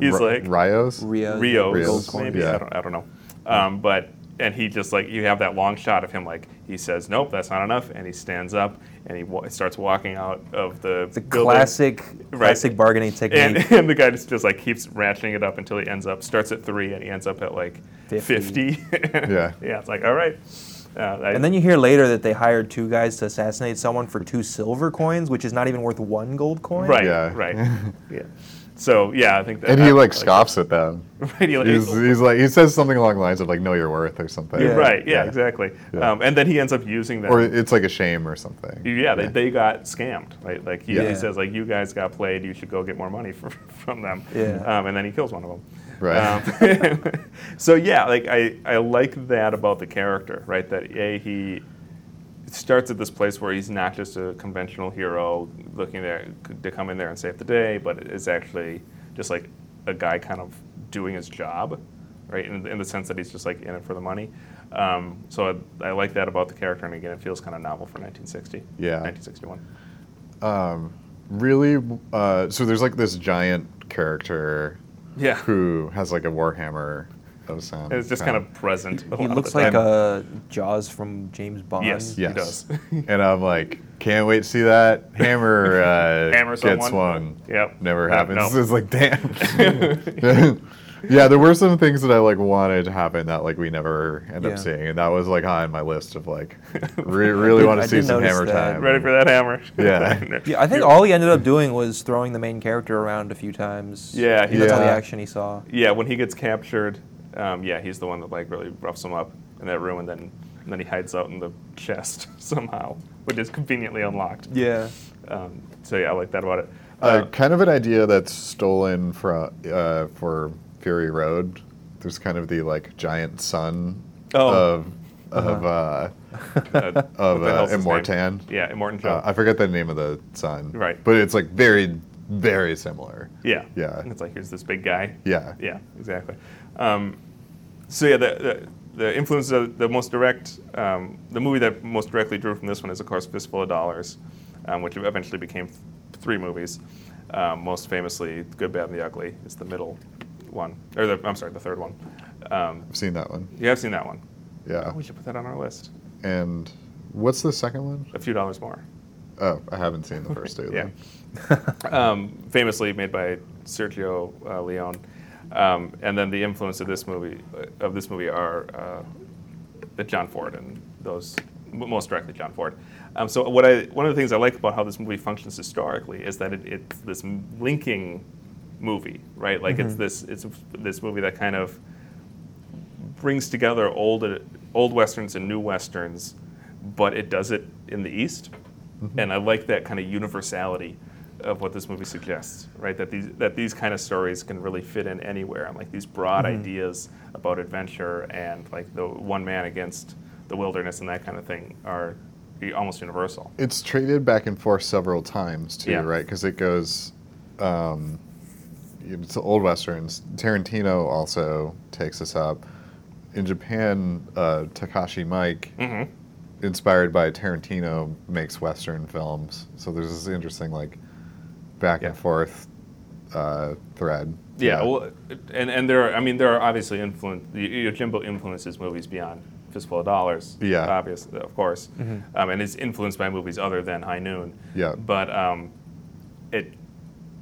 Speaker 2: he's
Speaker 1: R-
Speaker 2: like,
Speaker 1: Rios.
Speaker 3: Rio.
Speaker 2: Rios,
Speaker 1: Rios,
Speaker 2: maybe.
Speaker 1: yeah.
Speaker 2: I, don't, I don't know. Um, but, and he just like, you have that long shot of him, like, he says, nope, that's not enough. And he stands up and he wa- starts walking out of the,
Speaker 3: The
Speaker 2: building.
Speaker 3: classic, classic
Speaker 2: [laughs]
Speaker 3: bargaining
Speaker 2: And,
Speaker 3: technique.
Speaker 2: and the guy just, just like keeps ratcheting it up until he ends up, starts at three and he ends up at like 50.
Speaker 3: Fifty.
Speaker 2: [laughs]
Speaker 1: Yeah.
Speaker 2: Yeah, it's like, all right. Uh, I-
Speaker 3: And then you hear later that they hired two guys to assassinate someone for two silver coins, which is not even worth one gold coin.
Speaker 2: Right.
Speaker 1: Yeah. [laughs]
Speaker 2: Right. yeah. So yeah, I think that.
Speaker 1: And he
Speaker 2: I-
Speaker 1: like scoffs at them.
Speaker 2: [laughs] Right. he, like-
Speaker 1: He's, he's like he says something along the lines of like know your worth or something.
Speaker 3: Yeah.
Speaker 2: right. Yeah. Exactly.
Speaker 1: Yeah.
Speaker 2: Um, and then he ends up using that.
Speaker 1: Or it's like a shame or something.
Speaker 2: yeah, they, they got scammed, right? Like he, he
Speaker 3: Yeah.
Speaker 2: says, like you guys got played. You should go get more money [laughs] from, from them.
Speaker 3: Yeah.
Speaker 2: Um, and then he kills one of them.
Speaker 1: [laughs] Right.
Speaker 2: Um, [laughs] so yeah, like I, I like that about the character, right? That a he starts at this place where he's not just a conventional hero looking there to come in there and save the day, but it's actually just like a guy kind of doing his job, right? In, in the sense that he's just like in it for the money. Um, so I, I like that about the character, and again, it feels kind of novel for 1960.
Speaker 1: Yeah.
Speaker 2: 1961.
Speaker 1: Um, Really. Uh, so there's like this giant character
Speaker 2: Yeah.
Speaker 1: who has like a warhammer of some.
Speaker 2: It's just kind of present. a
Speaker 3: He
Speaker 2: lot of
Speaker 3: looks
Speaker 2: the
Speaker 3: like
Speaker 2: time.
Speaker 3: uh, Jaws from James Bond.
Speaker 2: Yes.
Speaker 1: Yes.
Speaker 2: He does.
Speaker 1: [laughs] and I'm like, can't wait to see that hammer
Speaker 2: [laughs]
Speaker 1: uh,
Speaker 2: Hammer
Speaker 1: get
Speaker 2: someone.
Speaker 1: swung.
Speaker 2: Yep.
Speaker 1: Never
Speaker 2: Uh,
Speaker 1: happens. [laughs]
Speaker 2: no.
Speaker 1: It's like,
Speaker 2: [laughs]
Speaker 1: damn. [laughs] yeah, there were some things that I like wanted to happen that like we never end
Speaker 3: Yeah.
Speaker 1: up seeing, and that was like high on my list of
Speaker 2: [laughs]
Speaker 1: like, re- really want
Speaker 3: I
Speaker 1: to see
Speaker 3: did
Speaker 1: some
Speaker 3: notice
Speaker 1: hammer
Speaker 3: that.
Speaker 1: time.
Speaker 2: Ready for that hammer? [laughs]
Speaker 1: Yeah.
Speaker 3: Yeah, I think all he ended up doing was throwing the main character around a few times.
Speaker 2: Yeah, he
Speaker 3: that's all the
Speaker 1: Yeah.
Speaker 3: action he saw.
Speaker 2: Yeah, when he gets captured, um, yeah, he's the one that like really roughs him up in that room, and then and then he hides out in the chest [laughs] somehow, which is conveniently unlocked.
Speaker 3: [laughs] Yeah,
Speaker 2: Um, so yeah, I like that about it.
Speaker 1: Uh, kind of an idea that's stolen from uh, for uh, Fury Road there's kind of the like giant son
Speaker 2: Oh.
Speaker 1: of of uh,
Speaker 3: [laughs]
Speaker 2: Uh, what
Speaker 1: [laughs] of
Speaker 2: the
Speaker 1: uh,
Speaker 2: hell's his name?
Speaker 1: Immortan.
Speaker 2: Yeah, Immortan Joe.
Speaker 1: Uh, I forget the name of the son.
Speaker 2: Oh. Right.
Speaker 1: But it's like very very similar.
Speaker 2: yeah.
Speaker 1: yeah.
Speaker 2: And it's like here's this big guy.
Speaker 1: Yeah.
Speaker 2: Yeah, exactly. Um, so yeah, the, the, the influence, the, the most direct, um, the movie that most directly drew from this one is of course Fistful of Dollars, um, which eventually became th- three movies. Um, most famously, Good, Bad, and the Ugly is the middle one, or the, I'm sorry, the third one. Um,
Speaker 1: I've seen that one.
Speaker 2: you have seen that one.
Speaker 1: Yeah.
Speaker 2: Oh, we should put that on our list.
Speaker 1: And what's the second one?
Speaker 2: A few dollars more.
Speaker 1: Oh, I haven't seen the first two.
Speaker 2: [laughs] Yeah.
Speaker 1: then.
Speaker 2: [laughs] um, famously made by Sergio uh, Leone, um, and then the influence of this movie of this movie are uh, the John Ford and those m- most directly John Ford. Um, so what I one of the things I like about how this movie functions historically is that it, it's this m- linking movie, right? Like it's this it's this movie that kind of brings together old old westerns and new westerns, but it does it in the East, and I like that kind of universality of what this movie suggests, right? That these that these kind of stories can really fit in anywhere. I'm like these broad ideas about adventure and like the one man against the wilderness and that kind of thing are almost universal.
Speaker 1: It's traded back and forth several times too,
Speaker 2: Yeah.
Speaker 1: right? Because it goes, um, it's old westerns. Tarantino also takes this up. In Japan, uh, Takashi Mike, inspired by Tarantino, makes western films. So there's this interesting like back and
Speaker 2: Yeah.
Speaker 1: forth uh, thread.
Speaker 2: Yeah, well, and and there are, I mean, there are obviously influence. Yojimbo influences movies beyond Fistful of Dollars.
Speaker 1: Yeah. Mm-hmm.
Speaker 2: obvious, of course, um, and is influenced by movies other than High Noon.
Speaker 1: Yeah.
Speaker 2: but um, it,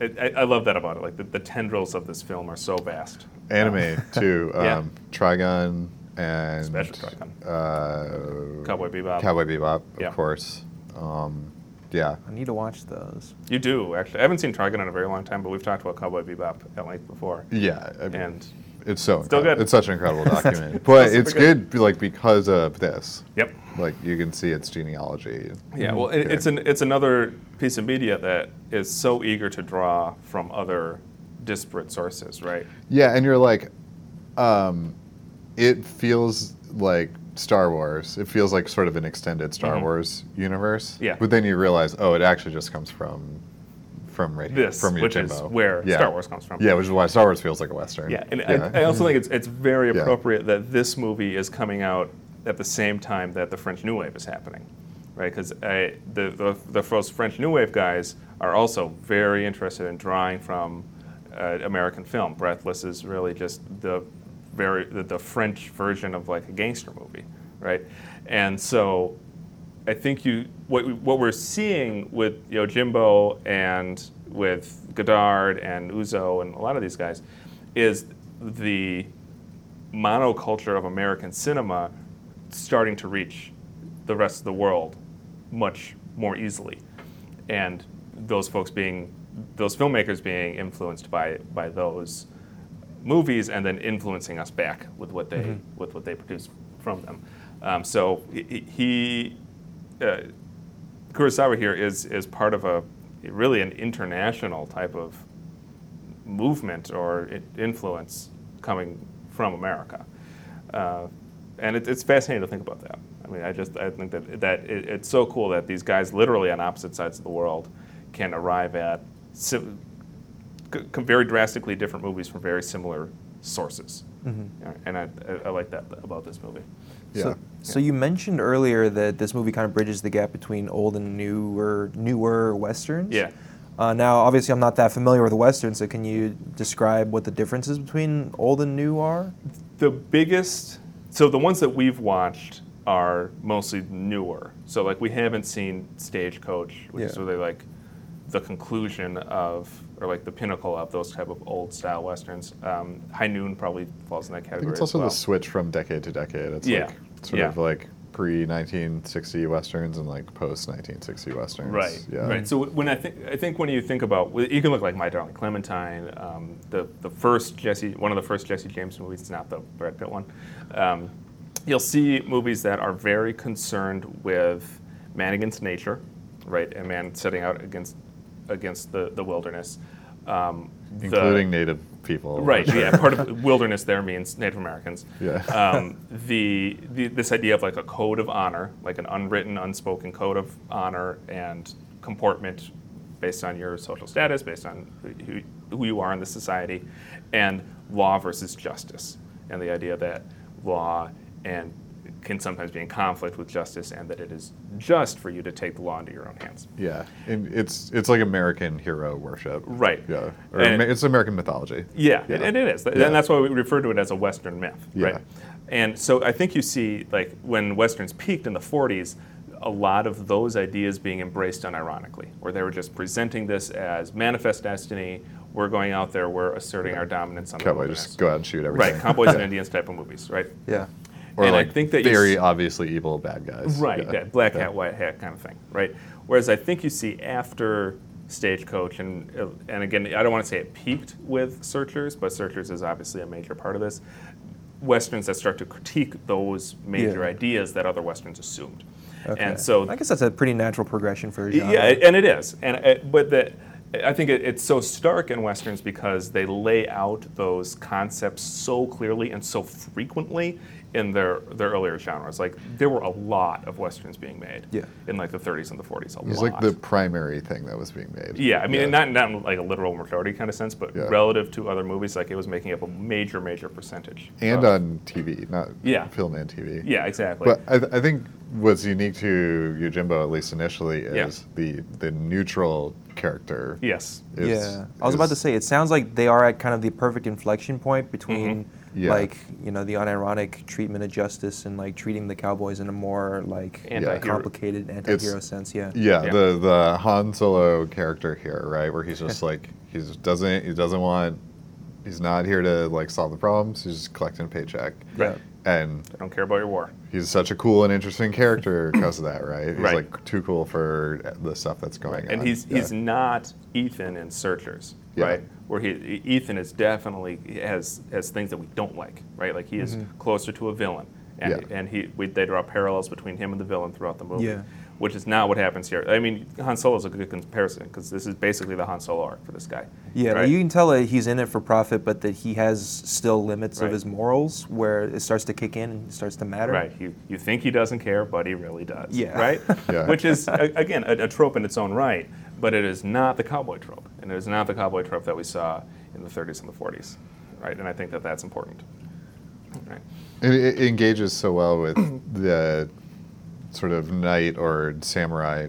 Speaker 2: it I, I love that about it. Like the, the tendrils of this film are so vast. [laughs]
Speaker 1: Anime too. Um,
Speaker 2: Yeah.
Speaker 1: Trigun and
Speaker 2: Especially Trigun.
Speaker 1: Uh,
Speaker 2: Um, Cowboy Bebop.
Speaker 1: Cowboy Bebop, of
Speaker 2: Yeah.
Speaker 1: course. Um, yeah.
Speaker 3: I need to watch those.
Speaker 2: You do actually. I haven't seen Trigun in a very long time, but we've talked about Cowboy Bebop at length before,
Speaker 1: Yeah, I mean,
Speaker 2: and
Speaker 1: it's so
Speaker 2: still
Speaker 1: incredible.
Speaker 2: good.
Speaker 1: It's such an
Speaker 2: [laughs]
Speaker 1: incredible document, but
Speaker 2: Super
Speaker 1: it's good.
Speaker 2: good.
Speaker 1: like because of this.
Speaker 2: yep.
Speaker 1: Like you can see its genealogy.
Speaker 2: Yeah, well, it,
Speaker 1: Okay.
Speaker 2: it's an it's another piece of media that is so eager to draw from other disparate sources, right?
Speaker 1: Yeah, and you're like, um, it feels like Star Wars. It feels like sort of an extended Star
Speaker 2: Mhm.
Speaker 1: Wars universe.
Speaker 2: Yeah.
Speaker 1: But then you realize, oh, it actually just comes from, from right here,
Speaker 2: This,
Speaker 1: from
Speaker 2: which is
Speaker 1: Yojimbo.
Speaker 2: where
Speaker 1: yeah.
Speaker 2: Star Wars comes from.
Speaker 1: Yeah, which is why Star Wars feels like a western.
Speaker 2: Yeah, and I, I also think it's it's very
Speaker 1: Yeah.
Speaker 2: appropriate that this movie is coming out at the same time that the French New Wave is happening, right? Because the, the the first French New Wave guys are also very interested in drawing from uh, American film. Breathless is really just the very the, the French version of like a gangster movie, right? And so I think you what we- what we're seeing with Yojimbo and with Godard and Uzo and a lot of these guys is the monoculture of American cinema starting to reach the rest of the world much more easily, and those folks being those filmmakers being influenced by by those movies and then influencing us back with what they with what they produce from them. Um, so he- he, he uh, Kurosawa here is is part of a really an international type of movement or i- influence coming from America, uh, and it, it's fascinating to think about that. I mean, I just I think that that it, it's so cool that these guys literally on opposite sides of the world can arrive at sim- c- c- very drastically different movies from very similar sources, Yeah, and I, I, I like that about this movie.
Speaker 1: Yeah.
Speaker 3: So, so you mentioned earlier that this movie kind of bridges the gap between old and newer, newer westerns.
Speaker 2: Yeah.
Speaker 3: Uh, now, obviously, I'm not that familiar with westerns, so can you describe what the differences between old and new are?
Speaker 2: the biggest so the ones that we've watched are mostly newer so like we haven't seen stagecoach which is
Speaker 3: Yeah.
Speaker 2: really like the conclusion of or like the pinnacle of those type of old style westerns um, high noon probably falls in that
Speaker 1: I
Speaker 2: category
Speaker 1: think it's
Speaker 2: as
Speaker 1: also
Speaker 2: well.
Speaker 1: the switch from decade to decade. It's
Speaker 2: Yeah.
Speaker 1: like sort
Speaker 2: Yeah.
Speaker 1: of like pre 1960 westerns and like post 1960 westerns.
Speaker 2: Right.
Speaker 1: Yeah.
Speaker 2: Right. So when I think I think when you think about well, you can look like My Darling Clementine, um, the the first Jesse one of the first Jesse James movies, not the Brad Pitt one. Um, you'll see movies that are very concerned with man against nature, right, and man setting out against against the the wilderness. Um, the-
Speaker 1: including native people. [laughs]
Speaker 2: Right.
Speaker 1: Sure.
Speaker 2: Yeah. Part of wilderness there means Native Americans.
Speaker 1: Yeah.
Speaker 2: Um, the, the this idea of like a code of honor, like an unwritten, unspoken code of honor and comportment based on your social status, based on who, who you are in the society, and law versus justice, and the idea that law and can sometimes be in conflict with justice, and that it is just for you to take the law into your own hands.
Speaker 1: Yeah, and it's it's like American hero worship.
Speaker 2: Right.
Speaker 1: Yeah, or
Speaker 2: And-
Speaker 1: Ama- it's American mythology.
Speaker 2: Yeah,
Speaker 1: Yeah.
Speaker 2: And, and it is. Th-
Speaker 1: Yeah.
Speaker 2: And that's why we refer to it as a Western myth,
Speaker 1: Yeah.
Speaker 2: right? And so I think you see, like, when Westerns peaked in the 40s, a lot of those ideas being embraced unironically, where they were just presenting this as manifest destiny. We're going out there, we're asserting our dominance on
Speaker 1: Cowboy,
Speaker 2: the
Speaker 1: just
Speaker 2: wilderness.
Speaker 1: go out and shoot everything.
Speaker 2: Right,
Speaker 1: [laughs]
Speaker 2: cowboys and Indians type of movies, right?
Speaker 3: Yeah.
Speaker 1: Or
Speaker 2: and
Speaker 1: like
Speaker 2: I think that you
Speaker 1: very
Speaker 2: s-
Speaker 1: obviously evil bad guys.
Speaker 2: Right,
Speaker 1: Yeah.
Speaker 2: that black
Speaker 1: Yeah.
Speaker 2: hat, white hat kind of thing, right? Whereas I think you see after Stagecoach, and uh, and again, I don't want to say it peaked with Searchers, but Searchers is obviously a major part of this. Westerns that start to critique those major
Speaker 3: Yeah.
Speaker 2: ideas that other westerns assumed,
Speaker 3: Okay.
Speaker 2: and so
Speaker 3: I guess that's a pretty natural progression for a genre.
Speaker 2: yeah, and it is, and it, but the, I think it, it's so stark in westerns because they lay out those concepts so clearly and so frequently in their their earlier genres. Like there were a lot of westerns being made
Speaker 3: Yeah.
Speaker 2: in like the 30s and the 40s. A
Speaker 1: It was
Speaker 2: lot.
Speaker 1: like the primary thing that was being made.
Speaker 2: yeah, I mean, and not not in like a literal majority kind of sense, but
Speaker 1: Yeah.
Speaker 2: relative to other movies, like it was making up a major major percentage.
Speaker 1: and
Speaker 2: of-
Speaker 1: on TV, not
Speaker 2: Yeah.
Speaker 1: film and TV.
Speaker 2: yeah, exactly.
Speaker 1: But I, th- I think what's unique to Yojimbo, at least initially,
Speaker 2: Yeah.
Speaker 1: is the the neutral character.
Speaker 2: yes.
Speaker 1: Is,
Speaker 3: yeah, I was about to
Speaker 1: is-
Speaker 3: say it sounds like they are at kind of the perfect inflection
Speaker 2: Mm-hmm.
Speaker 3: point between
Speaker 1: Yeah.
Speaker 3: like you know the unironic treatment of justice and like treating the cowboys in a more like
Speaker 2: Anti-hero.
Speaker 3: complicated anti-hero sense. Yeah,
Speaker 1: Yeah,
Speaker 2: Yeah.
Speaker 1: the the Han Solo character here, right, where he's
Speaker 2: [laughs]
Speaker 1: just like he just doesn't he doesn't want he's not here to like solve the problems. He's just collecting a paycheck,
Speaker 2: Right.
Speaker 1: and
Speaker 2: I don't care about your war.
Speaker 1: he's such a cool and interesting
Speaker 2: [coughs]
Speaker 1: character because of that, right? He's
Speaker 2: Right.
Speaker 1: like too cool for the stuff that's going on,
Speaker 2: And he's
Speaker 1: Yeah.
Speaker 2: he's not Ethan in Searchers,
Speaker 1: Yeah.
Speaker 2: right? Where he Ethan is definitely has has things that we don't like, right? Like he is closer to a villain, and
Speaker 1: Mm-hmm. Yeah.
Speaker 2: and he we, they draw parallels between him and the villain throughout the movie,
Speaker 3: Yeah.
Speaker 2: which is not what happens here. I mean, Han Solo is a good comparison because this is basically the Han Solo arc for this guy.
Speaker 3: Yeah,
Speaker 2: right?
Speaker 3: you can tell that he's in it for profit, but that he has still limits
Speaker 2: Right.
Speaker 3: of his morals where it starts to kick in and it starts to matter.
Speaker 2: Right. You, you think he doesn't care, but he really does.
Speaker 3: Yeah.
Speaker 2: Right?
Speaker 1: [laughs] Yeah.
Speaker 2: Which is, a, again, a, a trope in its own right, but it is not the cowboy trope. And it is not the cowboy trope that we saw in the 30s and the 40s. Right? And I think that that's important. Right.
Speaker 1: It, it engages so well
Speaker 2: [coughs]
Speaker 1: with the sort of knight or samurai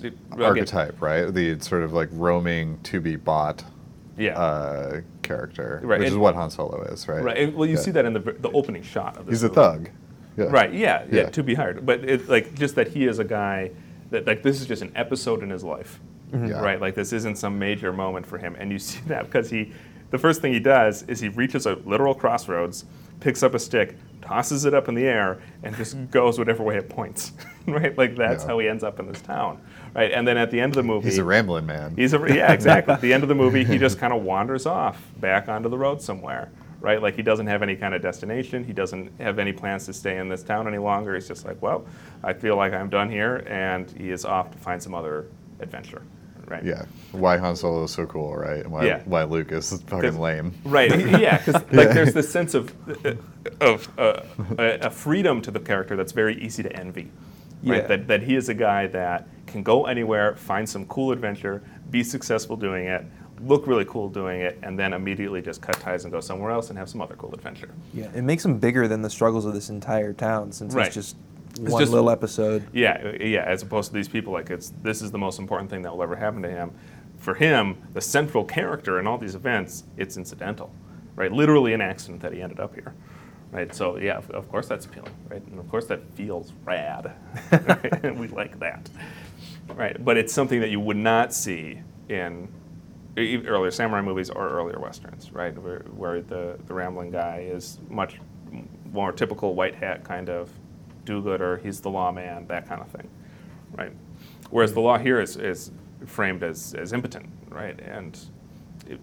Speaker 2: It- well, again,
Speaker 1: archetype, right? The sort of like roaming to be bought
Speaker 2: Yeah.
Speaker 1: uh, character,
Speaker 2: Right,
Speaker 1: which is
Speaker 2: and-
Speaker 1: what Han Solo is, right?
Speaker 2: right. And, well, you
Speaker 1: Yeah.
Speaker 2: see that in the, the opening shot of this
Speaker 1: He's a
Speaker 2: movie.
Speaker 1: thug. Yeah.
Speaker 2: Right. Yeah, yeah.
Speaker 1: Yeah.
Speaker 2: To be hired, but it's like just that he is a guy that like this is just an episode in his life,
Speaker 1: Mm-hmm. Yeah.
Speaker 2: right? Like this isn't some major moment for him, and you [laughs] see that because he, the first thing he does is he reaches a literal crossroads, picks up a stick, tosses it up in the air, and just
Speaker 1: [laughs]
Speaker 2: goes whatever way it points, [laughs] right? Like that's
Speaker 1: Yeah.
Speaker 2: how he ends up in this town, right? And then at the end of the movie,
Speaker 1: He's a rambling man.
Speaker 2: [laughs] He's a, yeah, exactly. At the end of the movie, he just kind of wanders off back onto the road somewhere, right? Like he doesn't have any kind of destination. He doesn't have any plans to stay in this town any longer. He's just like, well, I feel like I'm done here, and he is off to find some other adventure, right?
Speaker 1: yeah. Why Han Solo is so cool, right? And why,
Speaker 2: Yeah.
Speaker 1: why Luke is [laughs] fucking lame.
Speaker 2: Right. [laughs] Yeah. Because like there's this sense of of uh, a a freedom to the character that's very easy to envy. Right.
Speaker 3: Yeah.
Speaker 2: That that he is a guy that can go anywhere, find some cool adventure, be successful doing it, look really cool doing it, and then immediately just cut ties and go somewhere else and have some other cool adventure.
Speaker 3: Yeah, it makes him bigger than the struggles of this entire town since
Speaker 2: Right.
Speaker 3: it's just
Speaker 2: It's
Speaker 3: one
Speaker 2: just- [laughs]
Speaker 3: little episode.
Speaker 2: Yeah. uh, Yeah. As opposed to these people, like it's this is the most important thing that will ever happen to him. For him, the central character in all these events, it's incidental, right? Literally an accident that he ended up here, right? So yeah, of, of course that's appealing, right? And of course that feels rad. [laughs] right? [laughs] we like that, right? But it's something that you would not see in e- earlier samurai movies or earlier westerns, right? Where, where the the rambling guy is much more typical white hat kind of do-gooder. He's the lawman, that kind of thing, right? Whereas the law here is, is framed as, as impotent, right, and it,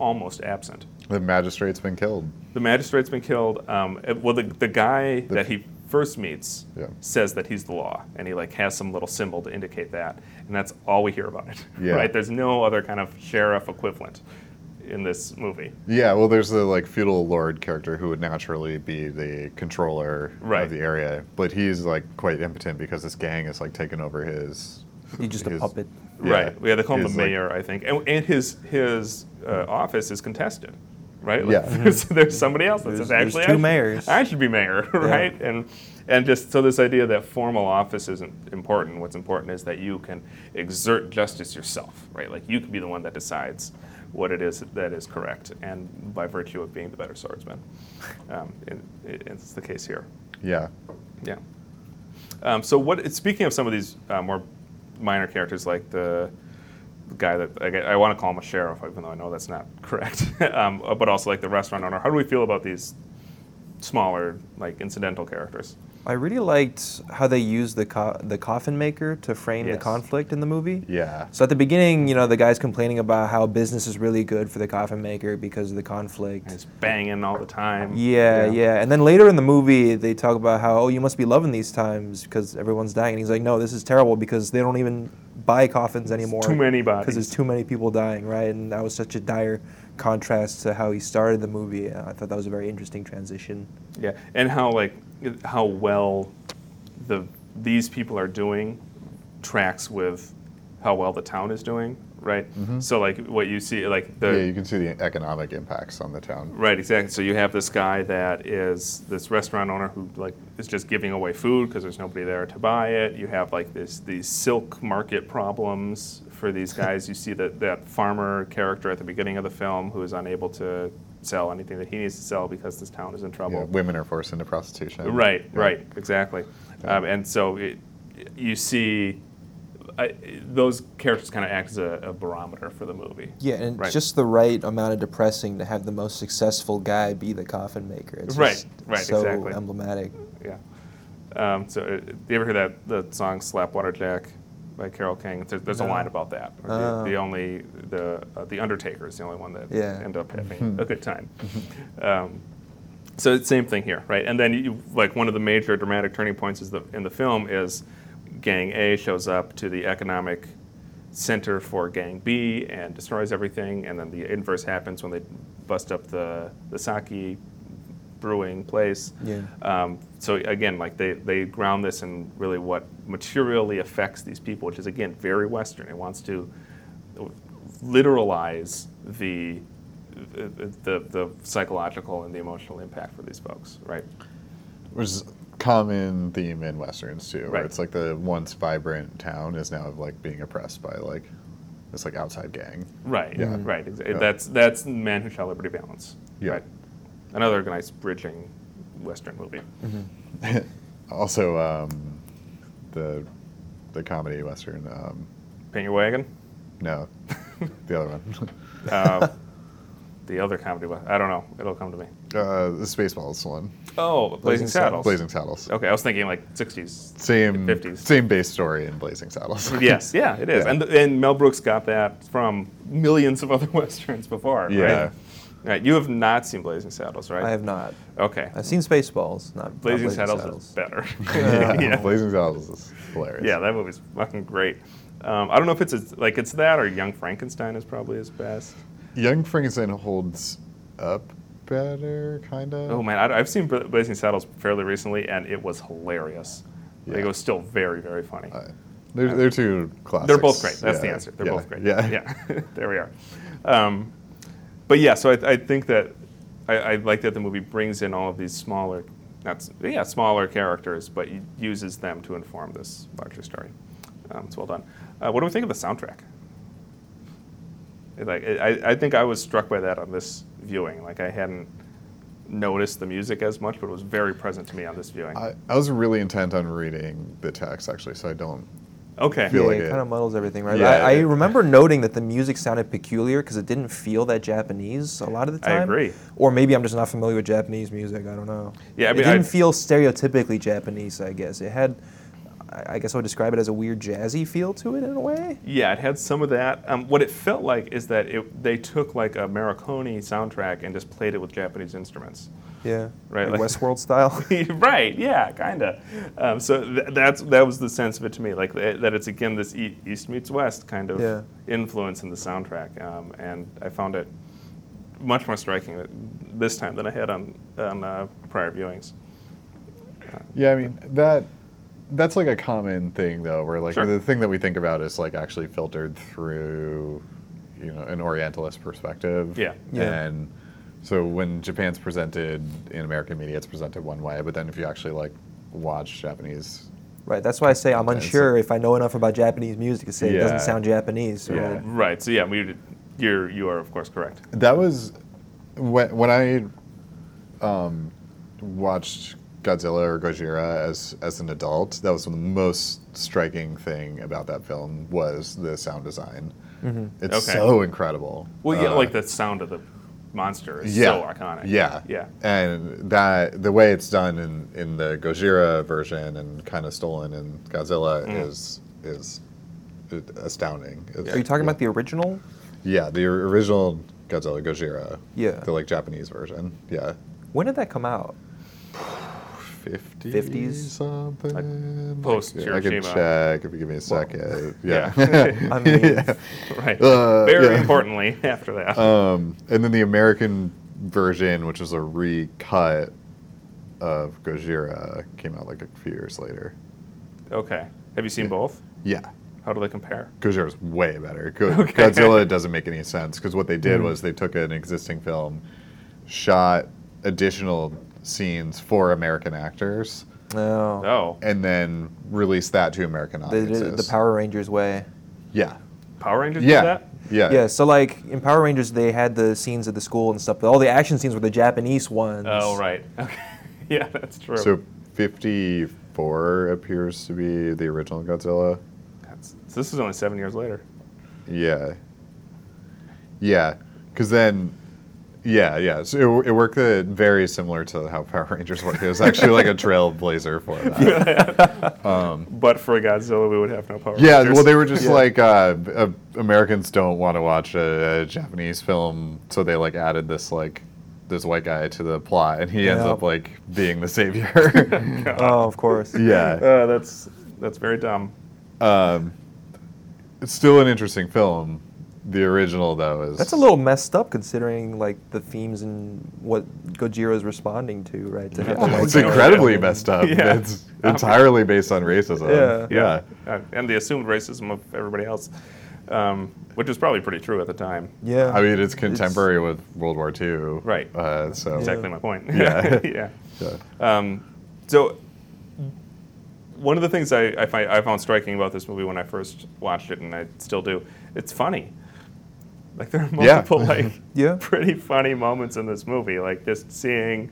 Speaker 2: almost absent.
Speaker 1: The magistrate's been killed.
Speaker 2: The magistrate's been killed. Um, it- well, the, the guy that he first meets
Speaker 1: Yeah.
Speaker 2: says that he's the law, and he like has some little symbol to indicate that, and that's all we hear about it. [laughs]
Speaker 1: Yeah.
Speaker 2: Right? There's no other kind of sheriff equivalent in this movie.
Speaker 1: Yeah, well, there's the like feudal lord character who would naturally be the controller
Speaker 2: Right.
Speaker 1: of the area, but he's like quite impotent because this gang is like taking over his.
Speaker 3: He's just a
Speaker 1: his-
Speaker 3: puppet.
Speaker 1: yeah,
Speaker 2: Right. Yeah, they call him the
Speaker 1: his, like-
Speaker 2: mayor, I think, and, and his his uh, office is contested, right?
Speaker 1: Yeah.
Speaker 2: [laughs] there's, there's somebody else that
Speaker 3: There's-
Speaker 2: says
Speaker 3: there's
Speaker 2: actually,
Speaker 3: two
Speaker 2: I should-
Speaker 3: mayors."
Speaker 2: I should be mayor, [laughs] right? And and just so this idea that formal office isn't important. What's important is that you can exert justice yourself, right? Like you can be the one that decides what it is that is correct, and by virtue of being the better swordsman, um, and it, it's the case here.
Speaker 1: Yeah.
Speaker 2: Yeah. Um, so what? Speaking of some of these uh, more minor characters, like the guy that I, I want to call him a sheriff, even though I know that's not correct, [laughs] um, but also like the restaurant owner. How do we feel about these smaller, like incidental characters?
Speaker 3: I really liked how they used the co- the coffin maker to frame the
Speaker 2: Yes.
Speaker 3: conflict in the movie.
Speaker 1: Yeah.
Speaker 3: So at the beginning, you know, the guy's complaining about how business is really good for the coffin maker because of the conflict.
Speaker 2: He's banging all the time.
Speaker 3: Yeah, yeah, And then later in the movie, they talk about how, oh, you must be loving these times because everyone's dying. And he's like, no, this is terrible because they don't even buy coffins anymore.
Speaker 2: too many
Speaker 3: Because there's
Speaker 2: bodies."
Speaker 3: too many people dying, right? And that was such a dire contrast to how he started the movie. Uh, I thought that was a very interesting transition.
Speaker 2: Yeah, and how like how well the these people are doing tracks with how well the town is doing, right?
Speaker 3: Mm-hmm.
Speaker 2: So like what you see, like the
Speaker 1: yeah, you can see the economic impacts on the town.
Speaker 2: Right, exactly. So you have this guy that is this restaurant owner who like is just giving away food because there's nobody there to buy it. You have like this these silk market problems
Speaker 1: [laughs]
Speaker 2: for these guys. you see that that farmer character at the beginning of the film who is unable to sell anything that he needs to sell because this town is in trouble.
Speaker 1: Yeah, women are forced into prostitution.
Speaker 2: Right,
Speaker 1: Yeah.
Speaker 2: right, exactly. Um, and so it, you see I, those characters kind of act as a, a barometer for the movie.
Speaker 3: Yeah, and
Speaker 2: Right.
Speaker 3: just the right amount of depressing to have the most successful guy be the coffin maker. It's
Speaker 2: Right,
Speaker 3: just
Speaker 2: right,
Speaker 3: so
Speaker 2: exactly.
Speaker 3: emblematic.
Speaker 2: Yeah. Um, so, uh, do you ever hear that the song "Slap Water Jack" by Carole King? There's, there's a
Speaker 3: No.
Speaker 2: line about that. The-
Speaker 3: Oh.
Speaker 2: The, only the uh, the Undertaker is the only one that
Speaker 3: Yeah. Mm-hmm.
Speaker 2: end up
Speaker 3: [laughs]
Speaker 2: having a good time. Um, so it's same thing here, right? And then you like one of the major dramatic turning points is the in the film is Gang A shows up to the economic center for Gang B and destroys everything, and then the inverse happens when they bust up the the sake brewing place.
Speaker 3: Yeah.
Speaker 2: Um, so again, like they, they ground this in really what materially affects these people, which is again very Western. It wants to literalize the the, the psychological and the emotional impact for these folks, right?
Speaker 1: Which is common theme in westerns too, where
Speaker 2: Right.
Speaker 1: it's like the once vibrant town is now like being oppressed by like this like outside gang. [laughs]
Speaker 2: Right.
Speaker 1: Yeah.
Speaker 3: Mm-hmm.
Speaker 2: Right. exa-
Speaker 1: Yeah.
Speaker 2: That's that's Man Who Shall Liberty Balance.
Speaker 1: Yeah.
Speaker 2: Right. Another nice bridging Western movie.
Speaker 3: Mm-hmm.
Speaker 1: Also, um, the the comedy western. Um,
Speaker 2: Paint Your
Speaker 3: [laughs]
Speaker 2: Wagon.
Speaker 1: no, [laughs] the other one. [laughs]
Speaker 2: Um, the other comedy. we- I don't know. It'll come to me.
Speaker 1: Uh, the Spaceballs one.
Speaker 2: Oh, Blazing,
Speaker 3: Blazing
Speaker 2: Saddles.
Speaker 3: Saddles.
Speaker 1: Blazing Saddles.
Speaker 2: Okay, I was thinking like 60s.
Speaker 1: Same
Speaker 2: 50s.
Speaker 1: same base story in Blazing Saddles.
Speaker 2: [laughs] Yes, yeah, it is.
Speaker 1: Yeah. [laughs]
Speaker 2: And, and Mel Brooks got that from millions of [laughs] other westerns before.
Speaker 1: Yeah.
Speaker 2: Right? Right, you have not seen Blazing Saddles, right?
Speaker 3: I have not.
Speaker 2: Okay.
Speaker 3: I've seen Spaceballs, not not
Speaker 2: Blazing, Saddles, is better. [laughs]
Speaker 1: [laughs]
Speaker 2: [laughs] yeah.
Speaker 1: yeah. Blazing Saddles is hilarious.
Speaker 2: Yeah, that movie's fucking great. Um, I don't know if it's as, like it's that or Young Frankenstein is probably his best.
Speaker 1: Young Frankenstein holds up better, kind of.
Speaker 2: Oh man, I, have seen Bla- Blazing Saddles fairly recently, and it was hilarious. Like,
Speaker 1: Yeah.
Speaker 2: it was still very, very funny.
Speaker 1: They're, they're two classics.
Speaker 2: They're both great. That's the
Speaker 1: Yeah.
Speaker 2: answer. They're
Speaker 1: Yeah.
Speaker 2: both great.
Speaker 1: Yeah.
Speaker 2: yeah. [laughs] there we are. Um, but yeah, so I, I think that I, I like that the movie brings in all of these smaller, not s- yeah, smaller characters, but u- uses them to inform this larger story. Um, it's well done. Uh, what do we think of the soundtrack? It, Like, I, I think I was struck by that on this viewing. Like, I hadn't noticed the music as much, but it was very present to me on this
Speaker 1: [laughs]
Speaker 2: viewing.
Speaker 1: I, I was really intent on reading the text actually, so I don't.
Speaker 2: okay.
Speaker 1: feel
Speaker 3: yeah,
Speaker 1: like
Speaker 3: it
Speaker 1: it-
Speaker 3: kind of muddles everything, right?
Speaker 1: Yeah,
Speaker 3: I, I
Speaker 1: it-
Speaker 3: remember noting that the music sounded peculiar because it didn't feel that Japanese a lot of the
Speaker 2: I
Speaker 3: time.
Speaker 2: agree.
Speaker 3: Or maybe I'm just not familiar with Japanese music. I don't know.
Speaker 2: Yeah, I mean,
Speaker 3: it didn't
Speaker 2: I-
Speaker 3: feel stereotypically Japanese. I guess it had. I I guess I would describe it as a weird jazzy feel to it in a way.
Speaker 2: Yeah, it had some of that. Um, what it felt like is that it, they took like a Maricone soundtrack and just played it with Japanese instruments. [laughs]
Speaker 3: Yeah.
Speaker 2: Right,
Speaker 3: Like
Speaker 2: like-
Speaker 3: Westworld style. [laughs]
Speaker 2: right. Yeah. Kinda. Um, so th- that's that was the sense of it to me, like th- that it's again this e- East meets West kind of
Speaker 3: Yeah.
Speaker 2: influence in the soundtrack, um, and I found it much more striking th- this time than I had on on uh, prior viewings.
Speaker 1: Yeah, I mean that that's like a common thing though, where like
Speaker 2: Sure.
Speaker 1: the thing that we think about is like actually filtered through, you know, an Orientalist perspective.
Speaker 2: Yeah.
Speaker 3: Yeah.
Speaker 1: And so when Japan's presented in American media, it's presented one way, but then if you actually like watch Japanese,
Speaker 3: right. That's why I say I'm
Speaker 1: Content, so-
Speaker 3: unsure if I know enough about Japanese music to say it doesn't
Speaker 1: Yeah.
Speaker 3: sound Japanese. So
Speaker 1: Yeah.
Speaker 2: Right. So yeah, we did- you're you are of course correct.
Speaker 1: that was when when I um, watched Godzilla or Gojira as as an adult. That was the most striking thing about that film was the sound design. It's
Speaker 2: Mm-hmm. Okay.
Speaker 1: so incredible.
Speaker 2: Well, yeah,
Speaker 1: Uh,
Speaker 2: like the sound of the monster is so iconic.
Speaker 1: Yeah,
Speaker 2: Yeah. [laughs]
Speaker 1: and that the way it's done in in the Gojira version and kind of stolen in Godzilla
Speaker 2: Mm.
Speaker 1: is is astounding.
Speaker 3: Are you talking about the original?
Speaker 1: yeah the original Godzilla Gojira?
Speaker 3: Yeah.
Speaker 1: the like Japanese version. Yeah,
Speaker 3: When did that come out?
Speaker 1: 50
Speaker 3: 50s?
Speaker 1: something.
Speaker 2: Like post
Speaker 1: I can
Speaker 2: Hiroshima.
Speaker 1: check if you give me a second.
Speaker 3: [laughs]
Speaker 1: yeah.
Speaker 2: yeah.
Speaker 3: I mean,
Speaker 1: [laughs] Yeah.
Speaker 2: Right.
Speaker 1: Uh,
Speaker 2: Very
Speaker 1: yeah.
Speaker 2: importantly, [laughs] after that.
Speaker 1: Um, and then the American version, which was a recut of Gojira, came out like a few years later.
Speaker 2: okay. Have you seen both?
Speaker 1: Yeah.
Speaker 2: How do they compare?
Speaker 1: Gojira's way better. Go-
Speaker 2: [laughs] Okay. Hmm.
Speaker 1: Godzilla doesn't make any sense because what they did was they took an existing film, shot additional scenes for American actors,
Speaker 3: No.
Speaker 2: Oh,
Speaker 1: and then released that to American
Speaker 3: They did
Speaker 1: audiences.
Speaker 3: it the Power Rangers way.
Speaker 1: Yeah.
Speaker 2: Power Rangers did
Speaker 1: Yeah.
Speaker 2: that?
Speaker 1: Yeah.
Speaker 3: Yeah, so like in Power Rangers, they had the scenes at the school and stuff, but all the action scenes were the Japanese ones.
Speaker 2: Oh,
Speaker 1: [laughs]
Speaker 2: right. [laughs] Okay. yeah, that's true.
Speaker 1: So 54 appears to be the original Godzilla.
Speaker 2: That's- so this is only seven years later.
Speaker 1: Yeah. Yeah. Because then, yeah, yeah. So it, it worked uh, very similar to how Power Rangers worked. It was actually like
Speaker 3: [laughs]
Speaker 1: a trailblazer for that. Yeah.
Speaker 2: But for Godzilla, we would have no Power Rangers.
Speaker 1: well, they were just like uh, uh, Americans don't want to watch a, a Japanese film, so they like added this like this white guy to the plot, and he ends
Speaker 3: Yeah.
Speaker 1: up like being the savior. [laughs]
Speaker 3: [laughs] Oh, of course.
Speaker 1: yeah.
Speaker 2: Uh, that's that's very dumb.
Speaker 1: Um, it's still an interesting film. The original, though, is
Speaker 3: That's a [laughs] little messed up considering like the themes and what Gojira's responding to, right? To have to, like,
Speaker 1: It's
Speaker 2: Yeah.
Speaker 1: incredibly
Speaker 3: Yeah.
Speaker 1: messed up.
Speaker 2: Yeah.
Speaker 1: It's entirely based on racism.
Speaker 3: Yeah.
Speaker 2: Uh, and the assumed racism of everybody else, um, which was probably pretty true at the time.
Speaker 3: Yeah.
Speaker 1: I mean, it's contemporary with World War II.
Speaker 2: Right.
Speaker 1: Uh, so
Speaker 2: Exactly my point.
Speaker 1: Yeah.
Speaker 2: [laughs] yeah.
Speaker 1: yeah.
Speaker 2: Um, so one of the things I, I, find, I found striking about this movie when I first watched it, and I still do, it's funny. Like there are
Speaker 1: Yeah.
Speaker 2: multiple
Speaker 3: [laughs]
Speaker 2: like
Speaker 3: Yeah.
Speaker 2: pretty funny moments in this movie. Like just seeing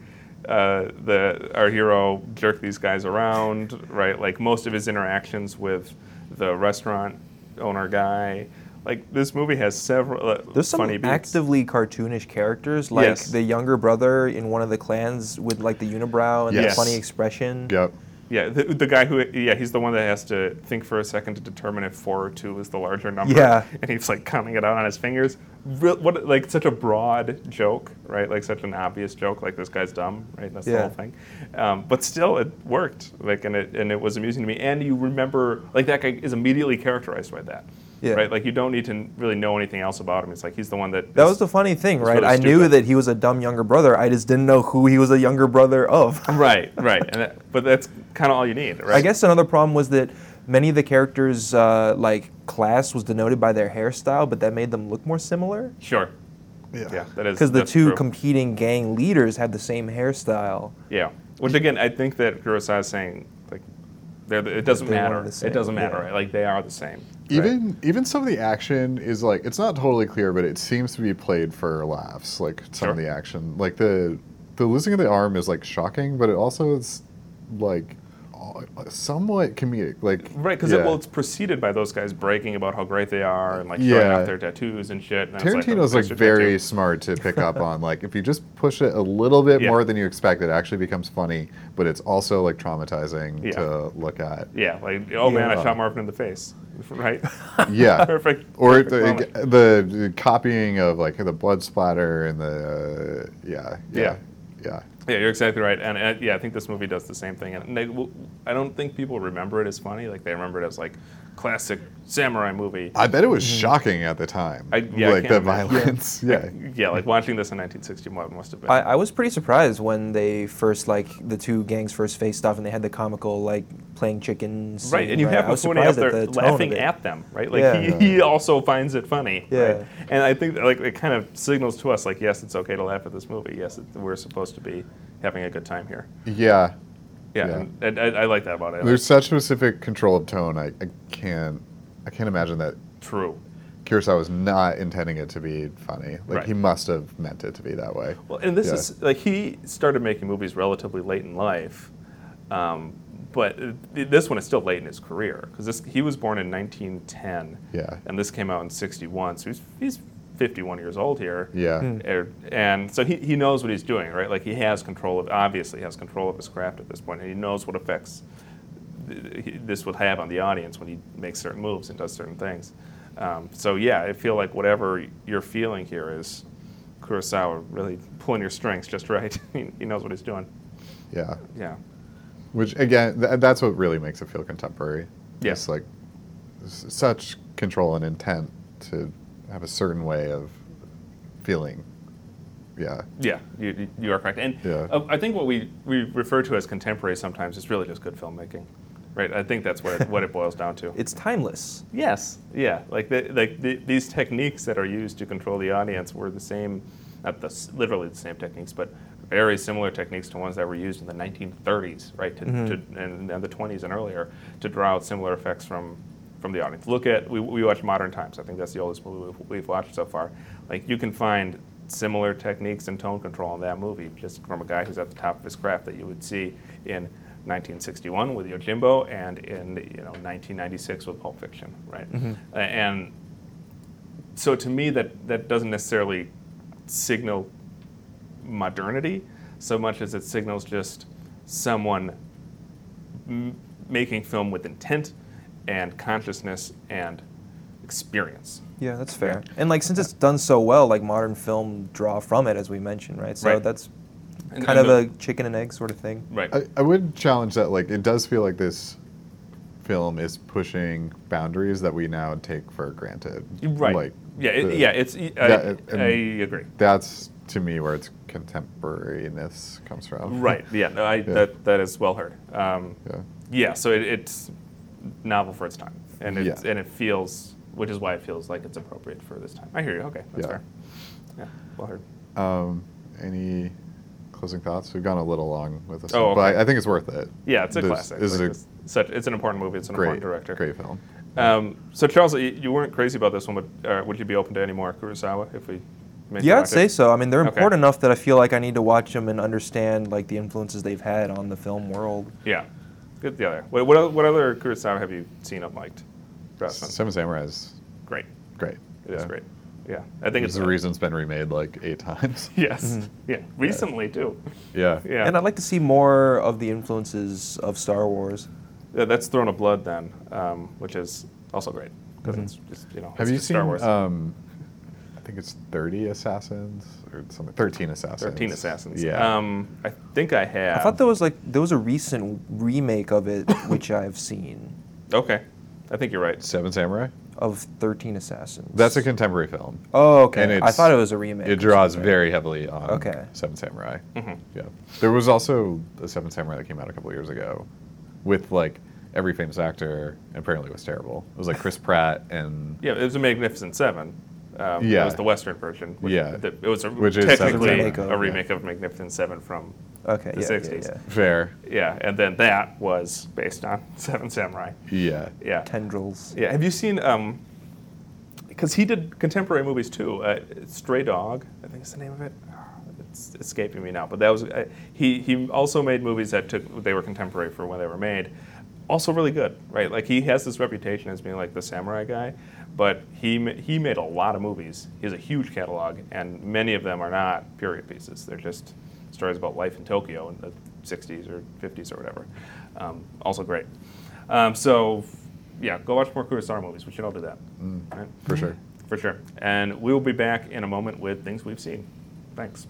Speaker 2: uh, the our hero jerk these guys around, right? Like most of his interactions with the restaurant owner guy. Like this movie has several uh,
Speaker 3: There's some
Speaker 2: funny beats.
Speaker 3: actively cartoonish characters, like
Speaker 2: Yes.
Speaker 3: the younger brother in one of the clans with like the unibrow and the
Speaker 1: Yes.
Speaker 3: funny expression.
Speaker 1: Yep.
Speaker 2: Yeah, the, the guy who, yeah, he's the one that has to think for a second to determine if four or two is the larger number.
Speaker 3: Yeah.
Speaker 2: And he's like counting it out on his fingers. Real, what, like such a broad joke, right? Like such an obvious joke, like this guy's dumb, right? That's the
Speaker 3: Yeah.
Speaker 2: whole thing. Um, but still, it worked. Like, and it, and it was amusing to me. And you remember, like, that guy is immediately characterized by that.
Speaker 3: Yeah.
Speaker 2: Right? Like, you don't need to n- really know anything else about him. It's like he's the one that.
Speaker 3: That
Speaker 2: is-
Speaker 3: was the funny thing, right?
Speaker 2: really
Speaker 3: I knew
Speaker 2: stupid.
Speaker 3: that he was a dumb younger brother. I just didn't know who he was a younger
Speaker 2: [laughs]
Speaker 3: brother of.
Speaker 2: Right, right. And that, but that's kind of all you need, right?
Speaker 3: I guess another problem was that many of the characters' uh, like class was denoted by their hairstyle, but that made them look more similar
Speaker 2: Sure.
Speaker 1: Yeah.
Speaker 2: Yeah, that is.
Speaker 3: because the
Speaker 2: that's
Speaker 3: two
Speaker 2: true.
Speaker 3: competing gang leaders had the same hairstyle.
Speaker 2: Yeah, which again, I think that Kurosawa is saying like, they're the, it doesn't
Speaker 3: They're one
Speaker 2: matter.
Speaker 3: and the
Speaker 2: it doesn't
Speaker 3: same,
Speaker 2: matter.
Speaker 3: yeah.
Speaker 2: right? Like they are the same.
Speaker 1: Even even some of the action is like it's not totally clear, but it seems to be played for laughs. Like some of
Speaker 2: Sure.
Speaker 1: the action, like the the losing of the arm is like shocking, but it also is like somewhat comedic. Like
Speaker 2: right because
Speaker 1: yeah.
Speaker 2: it, well, it's preceded by those guys breaking about how great they are and like showing
Speaker 1: Yeah.
Speaker 2: off their tattoos and shit. And it's like,
Speaker 1: Tarantino's
Speaker 2: oh,
Speaker 1: like
Speaker 2: there's your
Speaker 1: very
Speaker 2: tattoo.
Speaker 1: smart to pick
Speaker 2: [laughs]
Speaker 1: up on like if you just push it a little bit
Speaker 2: Yeah.
Speaker 1: more than you expect, it actually becomes funny, but it's also like traumatizing
Speaker 2: Yeah.
Speaker 1: to look at.
Speaker 2: Yeah, like oh man, I
Speaker 1: Yeah.
Speaker 2: shot Marvin in the face. [laughs]
Speaker 1: [laughs]
Speaker 2: Right.
Speaker 1: Yeah,
Speaker 2: [laughs] Perfect-
Speaker 1: Or
Speaker 2: perfect
Speaker 1: the, the, the copying of like the blood splatter and the uh, yeah, yeah, yeah.
Speaker 2: Yeah, you're exactly right, and, and yeah, I think this movie does the same thing. And they, w- I don't think people remember it as funny. Like they remember it as like classic samurai movie.
Speaker 1: I bet it was shocking at the time.
Speaker 2: I- yeah, I
Speaker 1: like
Speaker 2: can't
Speaker 1: the
Speaker 2: imagine.
Speaker 1: violence. Yeah.
Speaker 2: [laughs] Yeah, like watching this in 1961 must have been.
Speaker 3: I, I was pretty surprised when they first like the two gangs first faced off and they had the comical like playing chickens.
Speaker 2: Right, and you have
Speaker 3: I was
Speaker 2: Mahoney up
Speaker 3: surprised
Speaker 2: there
Speaker 3: at the tone of
Speaker 2: laughing
Speaker 3: it.
Speaker 2: at them, right? Like
Speaker 3: Yeah.
Speaker 2: he, he also finds it funny.
Speaker 3: Yeah.
Speaker 2: Right? And I think that, like it kind of signals to us like yes, it's okay to laugh at this movie. Yes, it, we're supposed to be having a good time here.
Speaker 1: Yeah.
Speaker 2: Yeah,
Speaker 1: Yeah.
Speaker 2: and- and I, I like that about it.
Speaker 1: There's such specific control of tone. I, I can't. I can't imagine that
Speaker 2: true.
Speaker 1: Kurosawa was not intending it to be funny. Like
Speaker 2: Right.
Speaker 1: he must have meant it to be that way.
Speaker 2: Well, and this
Speaker 1: Yeah.
Speaker 2: is like he started making movies relatively late in life, um, but uh, this one is still late in his career because he was born in 1910.
Speaker 1: Yeah.
Speaker 2: and this came out in 61, so he's, he's 51 years old here.
Speaker 1: Yeah.
Speaker 2: Er, and so he, he knows what he's doing, right? Like he has control of obviously has control of his craft at this point, and he knows what effects th- he- this would have on the audience when he makes certain moves and does certain things. Um, so yeah, I feel like whatever you're feeling here is Kurosawa really pulling your strings just right. [laughs] he, he knows what he's doing.
Speaker 1: Yeah.
Speaker 2: Yeah.
Speaker 1: Which again, th- that's what really makes it feel contemporary.
Speaker 2: Yeah.
Speaker 1: It's like s- such control and intent to have a certain way of feeling. Yeah.
Speaker 2: Yeah, you, you are correct. And
Speaker 1: Yeah.
Speaker 2: uh, I think what we, we refer to as contemporary sometimes is really just good filmmaking, right? I think that's what it, what it boils down
Speaker 3: [laughs]
Speaker 2: to.
Speaker 3: It's timeless.
Speaker 2: Yes. Yeah. Like the, like the, these techniques that are used to control the audience were the same, not the s- literally the same techniques, but very similar techniques to ones that were used in the 1930s, right? To, to and, and the 20s and earlier to draw out similar effects from from the audience. Look at we we watch Modern Times. I think that's the oldest movie we've, we've watched so far. Like you can find similar techniques and tone control in that movie just from a guy who's at the top of his craft that you would see in 1961 with Yojimbo and in you know 1996 with Pulp Fiction, right? A- And so to me that that doesn't necessarily signal modernity so much as it signals just someone m- making film with intent and consciousness and experience.
Speaker 3: Yeah, that's fair. And like since it's done so well, like modern film draw from it as we mentioned, right? So
Speaker 2: Right.
Speaker 3: that's
Speaker 2: And-
Speaker 3: kind
Speaker 2: and
Speaker 3: of a chicken and egg sort of thing.
Speaker 2: right.
Speaker 1: I, I would challenge that. Like, it does feel like this film is pushing boundaries that we now take for granted.
Speaker 2: right.
Speaker 1: Like,
Speaker 2: yeah, it,
Speaker 1: the-
Speaker 2: yeah, it's e, I,
Speaker 1: that- uh, and-
Speaker 2: I agree.
Speaker 1: That's to me where its contemporariness comes [laughs] from.
Speaker 2: Right. Yeah. No, I, That that is well heard. Um,
Speaker 1: Yeah.
Speaker 2: yeah. So it, it's novel for its time, and it's,
Speaker 1: Yeah.
Speaker 2: and it feels, which is why it feels like it's appropriate for this time. I hear you. Okay, that's
Speaker 1: Yeah.
Speaker 2: fair. Yeah. Well heard.
Speaker 1: Um, any closing thoughts? We've gone a little long with this,
Speaker 2: Oh,
Speaker 1: one, but
Speaker 2: okay.
Speaker 1: I, I think it's worth it.
Speaker 2: Yeah, it's a
Speaker 1: This
Speaker 2: classic.
Speaker 1: Is
Speaker 2: Like,
Speaker 1: a
Speaker 2: it's such it's an important movie. It's an
Speaker 1: great
Speaker 2: important director.
Speaker 1: Great film.
Speaker 2: Um, so Charles, you, you weren't crazy about this one, but uh, would you be open to any more Kurosawa if we? made you
Speaker 3: Yeah,
Speaker 2: watch
Speaker 3: I'd say
Speaker 2: it?
Speaker 3: so. I mean, they're
Speaker 2: Okay.
Speaker 3: important enough that I feel like I need to watch them and understand like the influences they've had on the film world.
Speaker 2: Yeah. Good. The other. What what, oth- what other Kurosawa have you seen and liked? Grossman.
Speaker 1: Seven Samurai is
Speaker 2: great.
Speaker 1: great.
Speaker 2: It is
Speaker 1: Yeah.
Speaker 2: great. Yeah. I think
Speaker 1: There's
Speaker 2: it's
Speaker 1: a reason it's been remade like eight [laughs] times.
Speaker 2: [laughs] Yes. [laughs] Yeah. Recently too.
Speaker 1: yeah.
Speaker 2: [laughs] Yeah.
Speaker 3: Mm-hmm. And I'd like to see more of the influences of Star Wars.
Speaker 2: Yeah, that's Throne of Blood then, um, which is also great because
Speaker 3: Mm-hmm.
Speaker 2: it's just you know.
Speaker 1: Have
Speaker 2: it's
Speaker 1: you
Speaker 2: just
Speaker 1: seen?
Speaker 2: Star Wars?
Speaker 1: Um, I think it's thirty assassins or something. Thirteen assassins.
Speaker 2: Thirteen Assassins?
Speaker 1: Yeah.
Speaker 2: Um, I think I have.
Speaker 3: I thought there was like there was a recent remake of it [coughs] which I've seen
Speaker 2: Okay, I think you're right.
Speaker 1: Seven Samurai.
Speaker 3: of Thirteen Assassins.
Speaker 1: That's a contemporary film.
Speaker 3: oh okay.
Speaker 1: and
Speaker 3: I
Speaker 1: it's-
Speaker 3: thought it was a remake.
Speaker 1: It
Speaker 3: or
Speaker 1: draws
Speaker 3: something.
Speaker 1: very heavily on
Speaker 3: Okay.
Speaker 1: Seven Samurai.
Speaker 2: Mhm.
Speaker 1: Yeah. There was also a Seven Samurai that came out a couple years ago with like every famous actor. and Apparently, it was terrible. It was like
Speaker 3: [laughs]
Speaker 1: Chris Pratt and
Speaker 2: Yeah, it was a Magnificent Seven. Um,
Speaker 1: Yeah.
Speaker 2: It was the Western version. Which
Speaker 1: Yeah.
Speaker 2: th- it was a,
Speaker 1: Which is
Speaker 2: technically
Speaker 3: Seven Samurai.
Speaker 2: a remake of Magnificent Seven from.
Speaker 3: Okay.
Speaker 2: the
Speaker 3: yeah,
Speaker 2: 60s.
Speaker 3: Yeah, yeah.
Speaker 1: Fair.
Speaker 2: Yeah, and then that was based on [laughs] Seven Samurai.
Speaker 1: Yeah.
Speaker 2: Yeah.
Speaker 3: Tendrils.
Speaker 2: Yeah. Have you seen? Um, because he did contemporary movies too. Uh, Stray Dog, I think is the name of it. Ah, It's escaping me now. But that was uh, he. He also made movies that took they were contemporary for when they were made. Also really good, right? Like he has this reputation as being like the samurai guy, but he ma- he made a lot of movies. He has a huge catalog, and many of them are not period pieces. They're just stories about life in Tokyo in the 60s or 50s or whatever. Um, also great. Um, so yeah, go watch more Kurosawa movies. We should all do that. right?
Speaker 1: For
Speaker 3: Mm-hmm.
Speaker 1: sure.
Speaker 2: For sure. And we will be back in a moment with things we've seen. Thanks.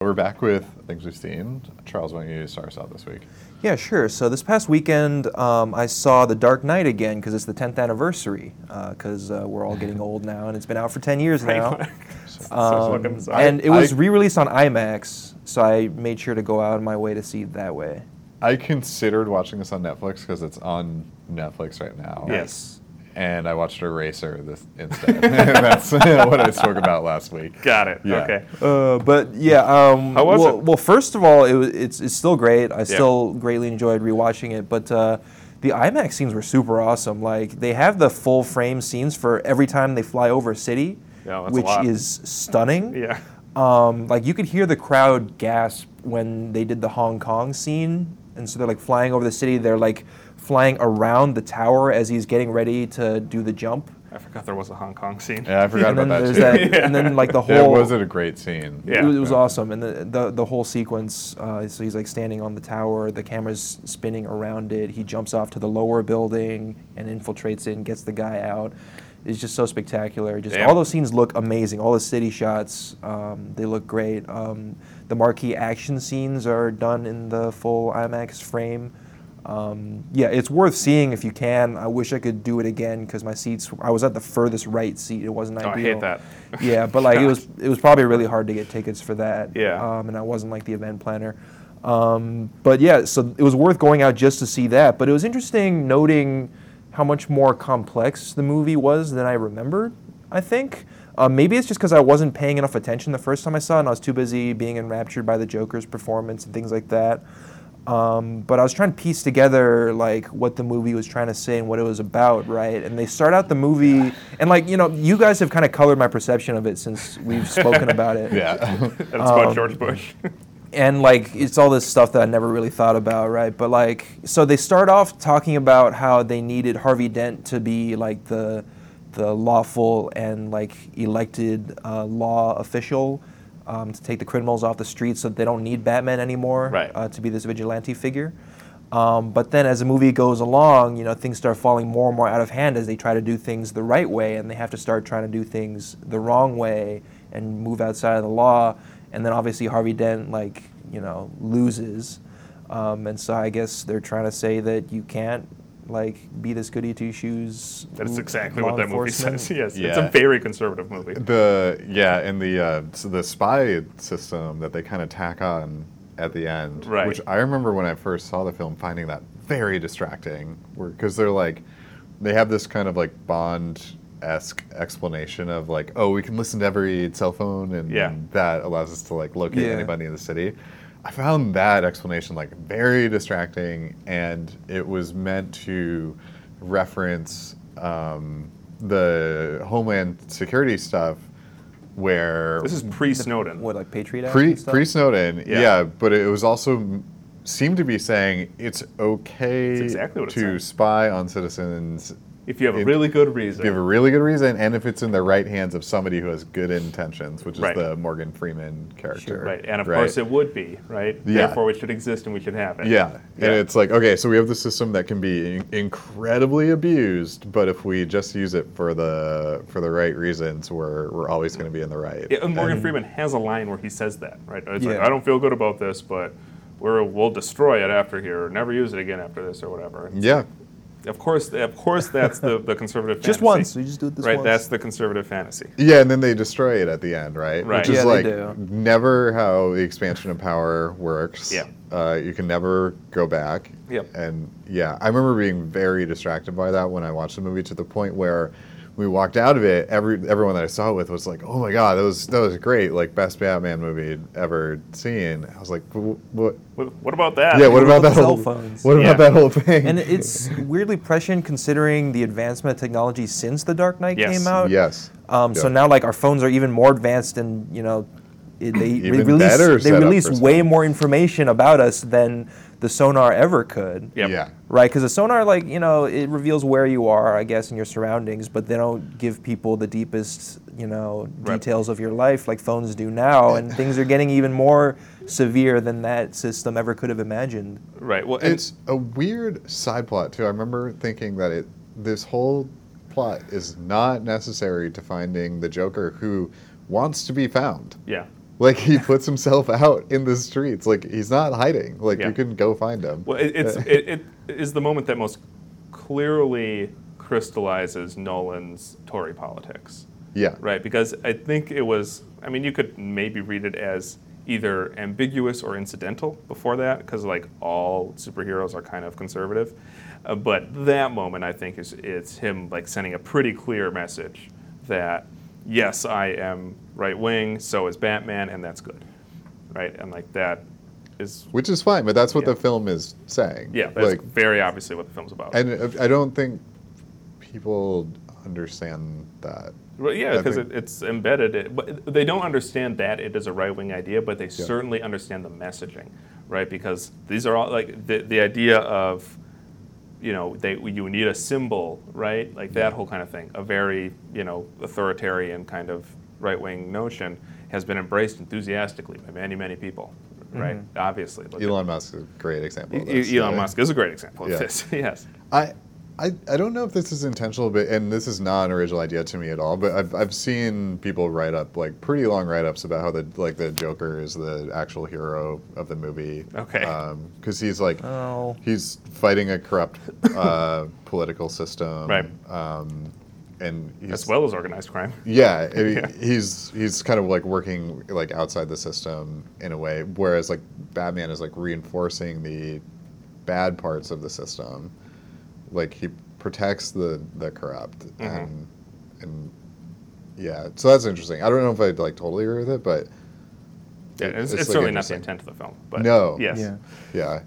Speaker 1: we're back with things we've seen. Charles, why don't you start us out this week?
Speaker 3: Yeah, sure. So this past weekend, um, I saw The Dark Knight again because it's the 10th anniversary. Because uh, we're
Speaker 2: [laughs]
Speaker 3: all getting old now, and it's been out for 10 years now.
Speaker 2: So- so
Speaker 3: Oh. Um,
Speaker 2: fucking sorry.
Speaker 3: and it was
Speaker 1: I-
Speaker 3: re-released on IMAX, so I made sure to go out of my way to see it that way.
Speaker 1: I considered watching this on Netflix because it's on Netflix right now.
Speaker 2: Yes.
Speaker 1: And I watched Eraser this instead. [laughs] That's what I spoke about last week.
Speaker 2: Got it.
Speaker 1: Yeah.
Speaker 2: Okay.
Speaker 3: Uh, but yeah, um,
Speaker 2: How was
Speaker 3: well,
Speaker 2: it?
Speaker 3: well, first of all, it, wa- it's it's still great. I still greatly enjoyed rewatching it, but. Uh, the IMAX scenes were super awesome. Like they have the full frame scenes for every time they fly over a city,
Speaker 2: Yeah, that's a
Speaker 3: which
Speaker 2: lot.
Speaker 3: is stunning.
Speaker 2: Yeah.
Speaker 3: Um, like you could hear the crowd gasp when they did the Hong Kong scene, and so they're like flying over the city. They're like flying around the tower as he's getting ready to do the jump.
Speaker 2: I forgot there was a Hong Kong scene. [laughs]
Speaker 1: Yeah, I forgot
Speaker 3: and then
Speaker 1: about that
Speaker 3: there's
Speaker 1: too. [laughs]
Speaker 3: that, and then like the
Speaker 1: It
Speaker 3: whole.
Speaker 1: was a great scene.
Speaker 2: Yeah.
Speaker 3: it was awesome, and the, the the whole sequence. Uh, so he's like standing on the tower, the camera's spinning around it. He jumps off to the lower building and infiltrates it and gets the guy out. It's just so spectacular. Just
Speaker 2: Damn.
Speaker 3: all those scenes look amazing. All the city shots, um, they look great. Um, the marquee action scenes are done in the full IMAX frame. Um, yeah, it's worth seeing if you can. I wish I could do it again because my seats. I was at the furthest right seat. It wasn't
Speaker 2: Oh, I
Speaker 3: ideal.
Speaker 2: hate that.
Speaker 3: Yeah,
Speaker 2: [laughs]
Speaker 3: but like it was it was probably really hard to get tickets for that.
Speaker 2: Yeah.
Speaker 3: Um, and I wasn't like the event planner. Um, but yeah, so it was worth going out just to see that. But it was interesting noting how much more complex the movie was than I remembered. I think uh, maybe it's just because I wasn't paying enough attention the first time I saw it, and I was too busy being enraptured by the Joker's performance and things like that. Um, but I was trying to piece together like what the movie was trying to say and what it was about, right? And they start out the movie, and like you know, you guys have kind of colored my perception of it since we've spoken about it.
Speaker 1: Yeah. [laughs]
Speaker 2: That's
Speaker 3: Um,
Speaker 2: about George
Speaker 3: [laughs]
Speaker 2: Bush. [laughs]
Speaker 3: And like it's all this stuff that I never really thought about, right? But like, so they start off talking about how they needed Harvey Dent to be like the the lawful and like elected uh, law official um, to take the criminals off the streets, so that they don't need Batman anymore
Speaker 2: Right.
Speaker 3: uh, to be this vigilante figure. Um, but then as the movie goes along, you know, things start falling more and more out of hand as they try to do things the right way and they have to start trying to do things the wrong way and move outside of the law. And then obviously Harvey Dent, like, you know, loses. Um, and so I guess they're trying to say that you can't, like, be this goody two shoes.
Speaker 2: That's exactly what that movie says. [laughs] Yes, it's a
Speaker 1: Yeah.
Speaker 2: very conservative movie.
Speaker 1: The yeah, and the uh, so the spy system that they kind of tack on at the end,
Speaker 2: Right.
Speaker 1: which I remember when I first saw the film finding that very distracting, because they're like, they have this kind of like Bond esque explanation of like, oh, we can listen to every cell phone, and
Speaker 2: Yeah.
Speaker 1: that allows us to like locate
Speaker 3: Yeah.
Speaker 1: anybody in the city. I found that explanation like very distracting, and it was meant to reference um, the Homeland Security stuff, where
Speaker 2: This is pre Snowden.
Speaker 3: What, like, Patriot Act?
Speaker 1: pre
Speaker 3: and stuff?
Speaker 1: pre Snowden,
Speaker 2: Yeah.
Speaker 1: yeah. But it was also seemed to be saying it's okay
Speaker 2: That's exactly what it
Speaker 1: to
Speaker 2: said.
Speaker 1: spy on citizens
Speaker 2: If you have a
Speaker 1: It-
Speaker 2: really good reason.
Speaker 1: if you have a really good reason, and if it's in the right hands of somebody who has good intentions, which is
Speaker 2: Right.
Speaker 1: the Morgan Freeman character,
Speaker 2: right, and of course it would be, right?
Speaker 1: Yeah.
Speaker 2: Therefore, it should exist and we should have it.
Speaker 1: Yeah.
Speaker 2: Yeah.
Speaker 1: And it's like, okay, so we have the system that can be in- incredibly abused, but if we just use it for the for the right reasons, we're we're always going to be in the right.
Speaker 2: Yeah, and Morgan Freeman has a line where he says that, right? It's like,
Speaker 3: Yeah.
Speaker 2: I don't feel good about this, but we're, we'll destroy it after here, or never use it again after this, or whatever. And
Speaker 1: Yeah.
Speaker 2: Of course, of course, that's the, the conservative
Speaker 3: Just
Speaker 2: fantasy.
Speaker 3: once. You just do it this
Speaker 2: right,
Speaker 3: once.
Speaker 2: that's the conservative fantasy.
Speaker 1: Yeah, and then they destroy it at the end, right?
Speaker 2: Right.
Speaker 1: Which is
Speaker 3: Yeah, they
Speaker 1: like
Speaker 3: do.
Speaker 1: never how the expansion of power works.
Speaker 2: Yeah.
Speaker 1: Uh, you can never go back.
Speaker 2: Yep.
Speaker 1: And yeah, I remember being very distracted by that when I watched the movie to the point where we walked out of it. Every everyone that I saw it with was like, "Oh my god, that was that was great! Like best Batman movie ever seen." I was like,
Speaker 2: Uh,
Speaker 1: "Wh- "What?
Speaker 2: What, what about that?
Speaker 1: yeah, what
Speaker 3: about
Speaker 1: about that
Speaker 3: cell
Speaker 1: whole?
Speaker 3: phones?
Speaker 1: What about
Speaker 2: Yeah.
Speaker 1: that whole thing?"
Speaker 3: And it's weirdly prescient considering the advancement of technology since The Dark Knight
Speaker 2: Yes.
Speaker 3: came out.
Speaker 1: yes.
Speaker 3: Um, So
Speaker 1: Yeah.
Speaker 3: now, like, our phones are even more advanced, and you know, it, they re-
Speaker 1: Even
Speaker 3: release
Speaker 1: better
Speaker 3: they
Speaker 1: setup
Speaker 3: release
Speaker 1: for
Speaker 3: way
Speaker 1: stuff.
Speaker 3: more information about us than the sonar ever could.
Speaker 2: Yep.
Speaker 1: Yeah.
Speaker 3: Right, because the sonar, like you know, it reveals where you are, I guess, and your surroundings, but they don't give people the deepest, you know,
Speaker 2: Right.
Speaker 3: details of your life like phones do
Speaker 1: [laughs]
Speaker 3: now, and things are getting even more severe than that system ever could have imagined.
Speaker 2: Right. Well, and-
Speaker 1: It's a weird side plot too. I remember thinking that it this whole plot is not necessary to finding the Joker who wants to be found.
Speaker 2: yeah.
Speaker 1: Like he puts himself out in the streets. Like he's not hiding. Like
Speaker 2: Yeah.
Speaker 1: you can go find him.
Speaker 2: Well, it, it's it, it is the moment that most clearly crystallizes Nolan's Tory politics,
Speaker 1: [laughs] yeah.
Speaker 2: right? Because I think it was. I mean, you could maybe read it as either ambiguous or incidental before that, because like all superheroes are kind of conservative. Uh, but that moment, I think, is it's him like sending a pretty clear message that yes, I am right wing, so is Batman, and that's good, right? And like that is
Speaker 1: Which is fine, but that's what
Speaker 2: Yeah.
Speaker 1: the film is saying.
Speaker 2: yeah, that's
Speaker 1: Like
Speaker 2: very obviously what the film's about.
Speaker 1: and uh, I don't think people understand that.
Speaker 2: Well, yeah,
Speaker 1: I
Speaker 2: because
Speaker 1: think-
Speaker 2: it, it's embedded. It, but they don't understand that it is a right wing idea, but they certainly understand the messaging, right? Because these are all like the, the idea of, you know, they you need a symbol, right? Like that whole kind of thing. A very you know authoritarian kind of right wing notion has been embraced enthusiastically by many many people, right? Obviously, Look at-
Speaker 1: Mm-hmm. Elon Musk is a great example. of
Speaker 2: E-
Speaker 1: this.
Speaker 2: Elon
Speaker 1: Yeah.
Speaker 2: Musk is a great example of
Speaker 1: Yeah.
Speaker 2: this. [laughs] yes.
Speaker 1: I, I, I don't know if this is intentional, but and this is not an original idea to me at all. But I've, I've seen people write up like pretty long write ups about how the like the Joker is the actual hero of the movie.
Speaker 2: Okay.
Speaker 1: because he's like
Speaker 3: Oh.
Speaker 1: he's fighting a corrupt
Speaker 2: [laughs]
Speaker 1: uh, political system,
Speaker 2: Right.
Speaker 1: Um, and he's,
Speaker 2: As well as organized crime.
Speaker 1: yeah, I mean, he's he's kind of like working like outside the system in a way, whereas like Batman is like reinforcing the bad parts of the system. Like he protects the the corrupt
Speaker 2: Mm-hmm.
Speaker 1: and and yeah, so that's interesting. I don't know if I'd like totally agree with it, but
Speaker 2: Yeah,
Speaker 1: it's,
Speaker 2: it's, it's
Speaker 1: like,
Speaker 2: certainly not the
Speaker 1: interesting.
Speaker 2: intent of the film. But
Speaker 1: No.
Speaker 2: Yes.
Speaker 3: Yeah.
Speaker 1: yeah,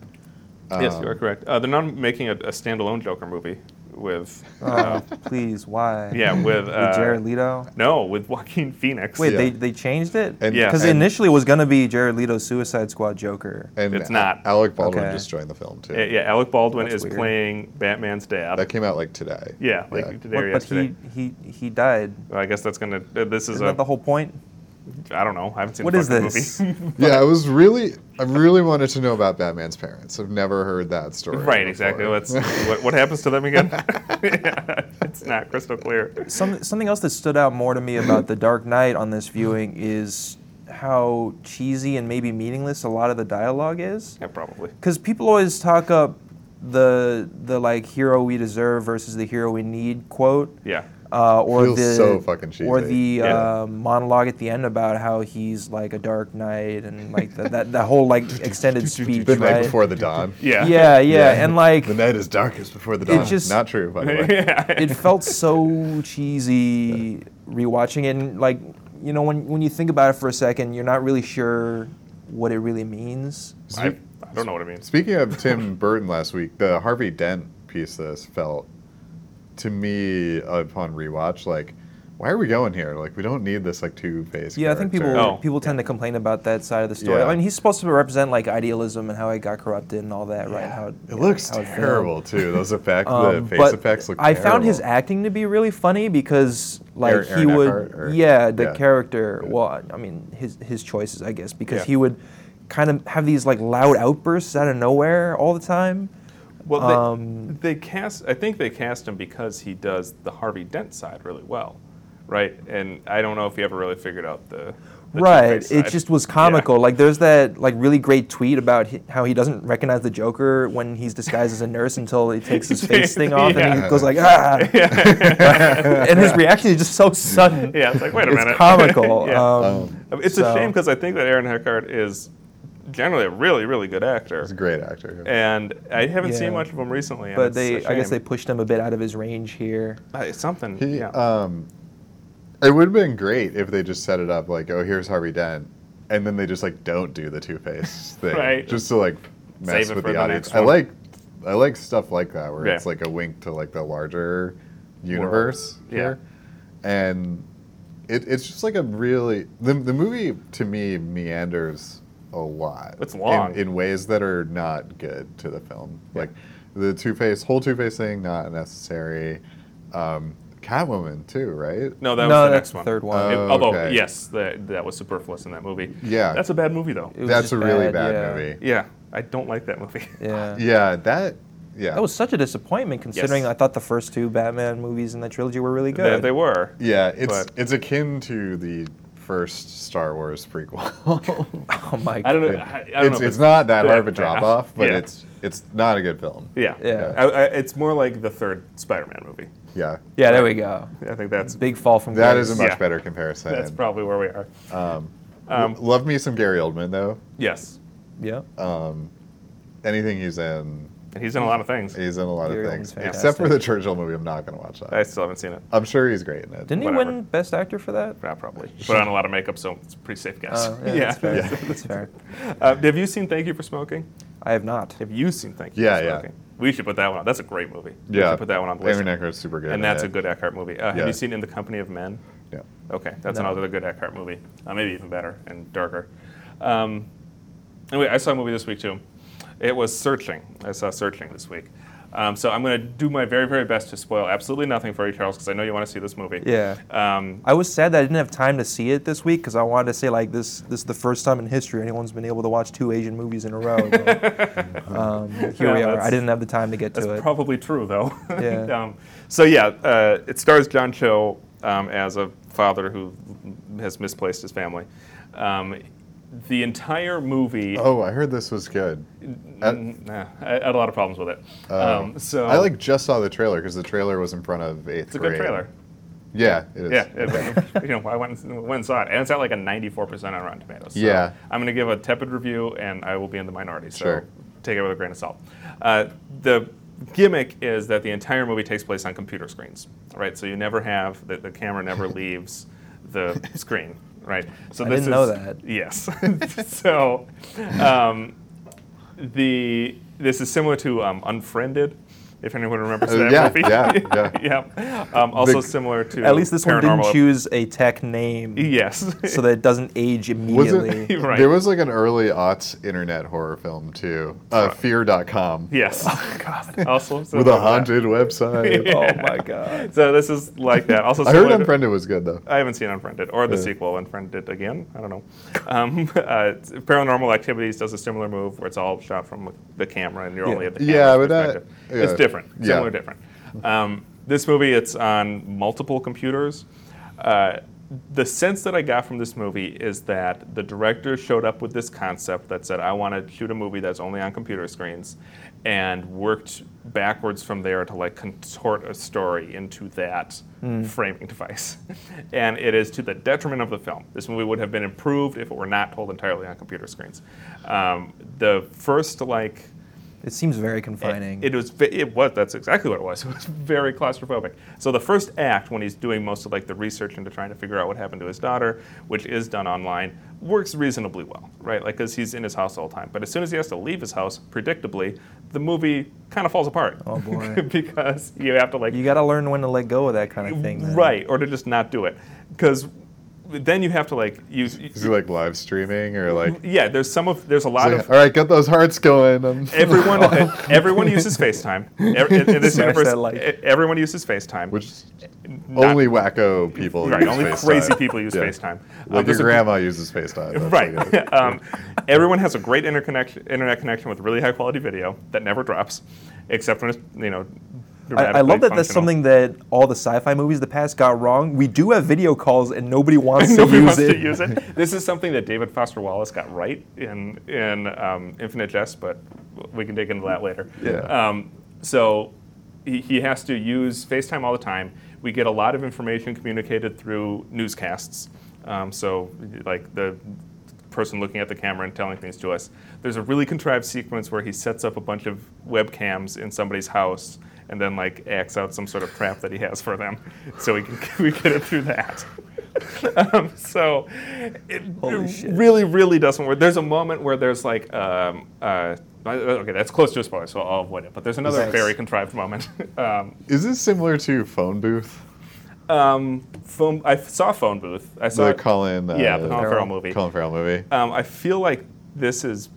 Speaker 2: yes,
Speaker 3: Um,
Speaker 2: you are correct. Uh, they're not making a, a standalone Joker movie with, uh,
Speaker 3: [laughs] Please, why? [laughs]
Speaker 2: yeah, with, uh,
Speaker 3: With Jared Leto.
Speaker 2: No, with Joaquin Phoenix.
Speaker 3: Wait,
Speaker 1: Yeah.
Speaker 3: they, they changed it?
Speaker 1: And-
Speaker 2: Yeah.
Speaker 3: Because
Speaker 1: and-
Speaker 3: initially it was going to be Jared Leto's Suicide Squad Joker.
Speaker 1: and
Speaker 2: It's not.
Speaker 1: Alec Baldwin
Speaker 3: Okay.
Speaker 1: just joined the film too.
Speaker 2: Uh, yeah, Alec Baldwin
Speaker 3: That's
Speaker 2: is
Speaker 3: weird.
Speaker 2: playing Batman's dad.
Speaker 1: That came out like today.
Speaker 2: yeah, like today or
Speaker 3: What- but
Speaker 2: yesterday.
Speaker 3: he, he, he died.
Speaker 2: Well, I guess that's gonna. uh, this is
Speaker 3: Isn't
Speaker 2: a.
Speaker 3: that the whole point?
Speaker 2: I don't know. I haven't seen
Speaker 3: What
Speaker 2: the
Speaker 3: is
Speaker 2: fucking [laughs]
Speaker 3: this?
Speaker 2: movie.
Speaker 1: yeah. I was really, I really wanted to know about Batman's parents. I've never heard that story.
Speaker 2: right, exactly.
Speaker 1: before.
Speaker 2: Let's. what, what happens
Speaker 3: [laughs]
Speaker 2: to them again? [laughs] it's not crystal clear.
Speaker 3: Some, something else that stood out more to me about The Dark Knight on this viewing is how cheesy and maybe meaningless a lot of the dialogue is.
Speaker 2: Yeah, probably.
Speaker 3: because people always talk up the the like hero we deserve versus the hero we need quote,
Speaker 2: Yeah.
Speaker 3: uh, or
Speaker 1: Feels
Speaker 3: the
Speaker 1: so fucking cheesy.
Speaker 3: or the
Speaker 2: Yeah.
Speaker 3: uh, monologue at the end about how he's like a dark knight and like the, that that
Speaker 1: [laughs]
Speaker 3: whole like extended speech.
Speaker 1: The night
Speaker 3: right?
Speaker 1: before the dawn.
Speaker 2: Yeah.
Speaker 3: Yeah, yeah,
Speaker 1: Yeah.
Speaker 3: and like
Speaker 1: The night is darkest before the
Speaker 3: It
Speaker 1: dawn.
Speaker 3: just-
Speaker 1: Not true, by the
Speaker 3: [laughs]
Speaker 1: way.
Speaker 2: [laughs] yeah.
Speaker 1: [laughs]
Speaker 3: it felt so cheesy rewatching it, and like you know when when you think about it for a second, you're not really sure what it really means.
Speaker 2: [laughs] I, I don't know what it means.
Speaker 1: Speaking of
Speaker 3: [laughs]
Speaker 1: Tim Burton last week, the Harvey Dent piece of this felt to me upon rewatch like, why are we going here? Like we don't need this like two faced.
Speaker 3: Yeah, I think people
Speaker 2: Oh.
Speaker 3: people tend to complain about that side of the story.
Speaker 1: Yeah.
Speaker 3: I mean, he's supposed to represent like idealism and how it got corrupted and all that, right? And How
Speaker 1: It looks
Speaker 3: how failed.
Speaker 1: terrible too. Those effects,
Speaker 3: Um,
Speaker 1: the face
Speaker 3: but
Speaker 1: effects look.
Speaker 3: I found his
Speaker 1: terrible.
Speaker 3: acting to be really funny because like
Speaker 1: Aaron-
Speaker 3: he
Speaker 1: Aaron
Speaker 3: would,
Speaker 1: Eckhart, or-
Speaker 3: yeah, the
Speaker 1: yeah.
Speaker 3: character. Well, I mean his his choices, I guess, because
Speaker 2: Yeah.
Speaker 3: he would kind of have these like loud outbursts out of nowhere all the time.
Speaker 2: Well, they,
Speaker 3: Um,
Speaker 2: they cast. I think they cast him because he does the Harvey Dent side really well, right? And I don't know if he ever really figured out the. the
Speaker 3: right.
Speaker 2: Two-Face
Speaker 3: It
Speaker 2: side.
Speaker 3: just was
Speaker 2: Yeah.
Speaker 3: comical. Like there's that like really great tweet about hi how he doesn't recognize the Joker when he's disguised as a nurse until he takes his face thing off and
Speaker 2: Yeah.
Speaker 3: he goes like ah. [laughs] and his reaction is just so sudden.
Speaker 2: [laughs] Yeah, it's like [laughs] wait a
Speaker 3: it's
Speaker 2: minute. [laughs]
Speaker 3: comical.
Speaker 2: Yeah.
Speaker 3: um,
Speaker 2: I mean, it's a
Speaker 3: so-
Speaker 2: shame because I think that Aaron Eckhart is generally a really, really good actor,
Speaker 1: He's a great actor.
Speaker 2: and I haven't
Speaker 3: Yeah.
Speaker 2: seen much of him recently. and
Speaker 3: but
Speaker 2: it's a
Speaker 3: they, I guess they
Speaker 2: shame.
Speaker 3: pushed him a bit out of his range here.
Speaker 2: Uh, it's something.
Speaker 1: He,
Speaker 2: yeah.
Speaker 1: um, it would have been great if they just set it up like, oh, here's Harvey Dent, and then they just like don't do the Two
Speaker 2: [laughs]
Speaker 1: Face thing,
Speaker 2: Right.
Speaker 1: Just to like mess
Speaker 2: Save it
Speaker 1: with
Speaker 2: for
Speaker 1: the,
Speaker 2: the
Speaker 1: audience.
Speaker 2: next
Speaker 1: I
Speaker 2: one.
Speaker 1: like, I like stuff like that where
Speaker 2: Yeah.
Speaker 1: it's like a wink to like the larger universe
Speaker 2: Yeah.
Speaker 1: here, and it, it's just like a really the the movie to me meanders a lot.
Speaker 2: It's
Speaker 1: in-
Speaker 2: long.
Speaker 1: in, ways that are not good to the film, like the Two Face whole Two Face thing, not necessary. Um, Catwoman too, right?
Speaker 2: no, that was the
Speaker 3: no, that's
Speaker 2: next
Speaker 3: the
Speaker 2: one.
Speaker 3: third one.
Speaker 2: It-
Speaker 1: Oh,
Speaker 2: although
Speaker 1: okay.
Speaker 2: yes, that that was superfluous in that movie.
Speaker 1: Yeah.
Speaker 2: That's a bad movie though.
Speaker 3: It was
Speaker 1: That's
Speaker 3: just
Speaker 1: a really bad,
Speaker 3: yeah.
Speaker 1: movie.
Speaker 2: Yeah, I don't like that movie.
Speaker 3: Yeah.
Speaker 1: Yeah, that. Yeah.
Speaker 3: That was such a disappointment considering
Speaker 2: Ah, Yes.
Speaker 3: I thought the first [laughs] two Batman movies in the trilogy were
Speaker 2: [laughs]
Speaker 3: really
Speaker 2: They,
Speaker 3: good.
Speaker 2: they were.
Speaker 1: Yeah, it's
Speaker 2: but-
Speaker 1: it's akin to the first Star Wars prequel.
Speaker 3: Oh my
Speaker 2: I don't know. I, I don't know
Speaker 1: it's
Speaker 2: if
Speaker 1: it's not that
Speaker 2: that
Speaker 1: hard of a
Speaker 2: fast.
Speaker 1: drop off, but
Speaker 2: Yeah.
Speaker 1: it's it's not a good film.
Speaker 2: Yeah,
Speaker 3: Yeah.
Speaker 2: I, I, it's more like the third Spider-Man movie.
Speaker 1: Yeah,
Speaker 3: Yeah, there we go.
Speaker 2: I think that's
Speaker 3: Big fall from
Speaker 1: that
Speaker 3: grace.
Speaker 1: is a much
Speaker 2: Yeah.
Speaker 1: better comparison.
Speaker 2: that's probably where we are.
Speaker 1: um,
Speaker 2: Um,
Speaker 1: love me some Gary Oldman though.
Speaker 2: yes,
Speaker 3: Yeah.
Speaker 2: Uh,
Speaker 1: Um, anything he's in,
Speaker 2: and he's in a lot of things.
Speaker 1: he's in a lot
Speaker 3: Gary
Speaker 1: of
Speaker 3: Oldman's
Speaker 1: things.
Speaker 3: fantastic.
Speaker 1: Except for the Churchill movie, I'm not gonna watch that.
Speaker 2: I still haven't seen it.
Speaker 1: I'm sure he's great in it.
Speaker 3: Didn't he
Speaker 2: whatever.
Speaker 3: win Best Actor for that?
Speaker 2: Yeah, probably. Put on a lot of makeup, so it's a pretty safe guess.
Speaker 3: Oh, yeah, That's
Speaker 2: [laughs]
Speaker 3: fair. That's fair.
Speaker 2: Uh, have you seen Thank You for Smoking?
Speaker 3: I have not.
Speaker 2: Have you seen Thank You
Speaker 1: Yeah,
Speaker 2: for
Speaker 1: yeah.
Speaker 2: Smoking? We should put that one on. That's a great movie. We
Speaker 1: yeah,
Speaker 2: should put that one on the list.
Speaker 1: Aaron Eckhart's super good,
Speaker 2: and
Speaker 1: in
Speaker 2: that's
Speaker 1: it.
Speaker 2: a good Eckhart movie. Uh, Have
Speaker 1: Yeah.
Speaker 2: you seen In the Company of Men?
Speaker 1: Yeah.
Speaker 2: Okay, that's
Speaker 3: No.
Speaker 2: another good Eckhart movie. Uh, maybe even better and darker. Um, anyway, I saw a movie this week too. It was Searching. I saw Searching this week. Um, so I'm going to do my very, very best to spoil absolutely nothing for you, Charles, because I know you want to see this movie.
Speaker 3: Yeah.
Speaker 2: Um,
Speaker 3: I was sad that I didn't have time to see it this week because I wanted to say like this. This is the first time in history anyone's been able to watch two Asian movies in a
Speaker 2: [laughs]
Speaker 3: row. but, um, here
Speaker 2: Yeah,
Speaker 3: we are.
Speaker 2: that's-
Speaker 3: I didn't have the time to get to
Speaker 2: That's
Speaker 3: it.
Speaker 2: probably true, though. [laughs]
Speaker 3: Yeah.
Speaker 2: um, so yeah, uh, it stars John Cho um, as a father who has misplaced his family. Um, the entire movie.
Speaker 1: Oh, I heard this was good. I,
Speaker 2: Mm, nah, I, I had a lot of problems with it. um, so
Speaker 1: Oh. I like just saw the trailer because the trailer was in front of eighth
Speaker 2: It's a good trailer.
Speaker 1: Yeah, it is.
Speaker 2: Yeah, it, you know, I went, and- went and saw it, and it's at like a 94% on Rotten Tomatoes. So
Speaker 1: Yeah.
Speaker 2: I'm going to give a tepid review, and I will be in the minority. So
Speaker 1: Sure.
Speaker 2: take it with a grain of salt. Uh, the gimmick is that the entire movie takes place on computer screens, right? So you never have the, the camera never leaves the screen, right? So
Speaker 3: I didn't know that.
Speaker 2: Yes. [laughs] so um, the this is similar to um, Unfriended. If anyone remembers
Speaker 1: Uh,
Speaker 2: that
Speaker 1: yeah,
Speaker 2: movie,
Speaker 1: yeah,
Speaker 2: [laughs]
Speaker 1: yeah.
Speaker 2: yeah. Um, also
Speaker 1: The-
Speaker 2: similar to
Speaker 3: At least this one
Speaker 2: Paranormal-
Speaker 3: didn't choose a tech name
Speaker 2: [laughs] Yes.
Speaker 3: so that it doesn't
Speaker 1: [laughs]
Speaker 3: age
Speaker 1: Was
Speaker 3: immediately.
Speaker 1: it,
Speaker 2: [laughs] Right.
Speaker 1: There was like an early aughts internet horror film too, uh,
Speaker 2: Right.
Speaker 1: Fear.com.
Speaker 2: [laughs] yes. Oh,
Speaker 1: [laughs]
Speaker 2: God. [laughs] Also, so
Speaker 1: With a
Speaker 2: like that.
Speaker 1: haunted
Speaker 2: [laughs]
Speaker 1: website.
Speaker 3: Oh my god.
Speaker 2: So this is like that. Also,
Speaker 1: [laughs] I heard
Speaker 2: similar to-
Speaker 1: Unfriended was good though.
Speaker 2: I haven't seen Unfriended or the
Speaker 1: Yeah.
Speaker 2: sequel Unfriended again. I don't know. Um, [laughs] uh, it's- Paranormal Activities does a similar move where it's all shot from the camera and you're
Speaker 3: Yeah.
Speaker 2: only at the
Speaker 1: Yeah,
Speaker 2: camera's
Speaker 1: but that-
Speaker 2: perspective.
Speaker 1: yeah.
Speaker 2: It's different.
Speaker 1: Yeah.
Speaker 2: Similar, different. Um, this movie, it's on multiple computers. Uh, the sense that I got from this movie is that the director showed up with this concept that said, I want to shoot a movie that's only on computer screens, and worked backwards from there to like contort a story into that
Speaker 1: Hmm.
Speaker 2: framing device. [laughs] and it is to the detriment of the film. This movie would have been improved if it were not told entirely on computer screens. Um, the first, like,
Speaker 3: It seems very confining.
Speaker 2: it was. ve- It was. That's exactly what it was. [laughs] It was very claustrophobic. So the first act, when he's doing most of like the research into trying to figure out what happened to his daughter, which is done online, works reasonably well, right? Like because he's in his house all the time. But as soon as he has to leave his house, predictably, the movie kind of falls apart.
Speaker 3: Oh, boy.
Speaker 2: [laughs] because you have to like
Speaker 3: you got to learn when to let go of that kind of thing. then.
Speaker 2: right or to just not do it because then you have to like use.
Speaker 1: Is it like live streaming or like?
Speaker 2: Yeah, there's some of there's a lot
Speaker 1: like,
Speaker 2: of
Speaker 1: All right, get those hearts going. Um,
Speaker 2: [laughs]
Speaker 1: [laughs]
Speaker 3: [laughs]
Speaker 2: Everyone, uh, everyone uses FaceTime. Ev- In, in this
Speaker 3: Oh. Smash
Speaker 2: universe,
Speaker 3: that like.
Speaker 2: e- everyone uses FaceTime.
Speaker 1: which
Speaker 2: Not-
Speaker 1: only wacko people.
Speaker 2: right,
Speaker 1: use
Speaker 2: only
Speaker 1: FaceTime.
Speaker 2: crazy people use
Speaker 1: Yeah.
Speaker 2: FaceTime. Um,
Speaker 1: Like
Speaker 2: there's
Speaker 1: your
Speaker 2: a-
Speaker 1: grandma uses FaceTime. that's like it. [laughs]
Speaker 2: [laughs] Right. [laughs] um, everyone has a great interconnection, internet connection with really high quality video that never drops, except when it's you know.
Speaker 3: I, I love
Speaker 2: dramatically
Speaker 3: that
Speaker 2: functional.
Speaker 3: that's something that all the sci-fi movies of the past got wrong. We do have video calls, and
Speaker 2: [laughs]
Speaker 3: nobody wants
Speaker 2: Nobody
Speaker 3: to use
Speaker 2: wants
Speaker 3: it.
Speaker 2: to use
Speaker 3: [laughs]
Speaker 2: it. This is something that David Foster Wallace got right in in um, Infinite Jest, but we can dig into that later.
Speaker 1: Yeah.
Speaker 2: Um, so he, he has to use FaceTime all the time. We get a lot of information communicated through newscasts. Um, so like the person looking at the camera and telling things to us. There's a really contrived sequence where he sets up a bunch of webcams in somebody's house and then like acts out some sort of trap that he has for them, so we can [laughs] we get it through that. [laughs] um, so it,
Speaker 3: Holy
Speaker 2: it
Speaker 3: shit.
Speaker 2: really, really doesn't work. There's a moment where there's like, um, uh, I- okay, that's close to a spoiler, so I'll avoid it. But there's another
Speaker 3: Thanks.
Speaker 2: very contrived moment. [laughs] um,
Speaker 1: Is this similar to phone booth?
Speaker 2: um, phone, I saw Phone Booth. I saw
Speaker 1: The
Speaker 2: it-
Speaker 1: Colin. Uh,
Speaker 2: yeah, the Colin Farrell
Speaker 3: Farrell.
Speaker 2: movie.
Speaker 1: Colin Farrell movie.
Speaker 2: Um, I feel like this is.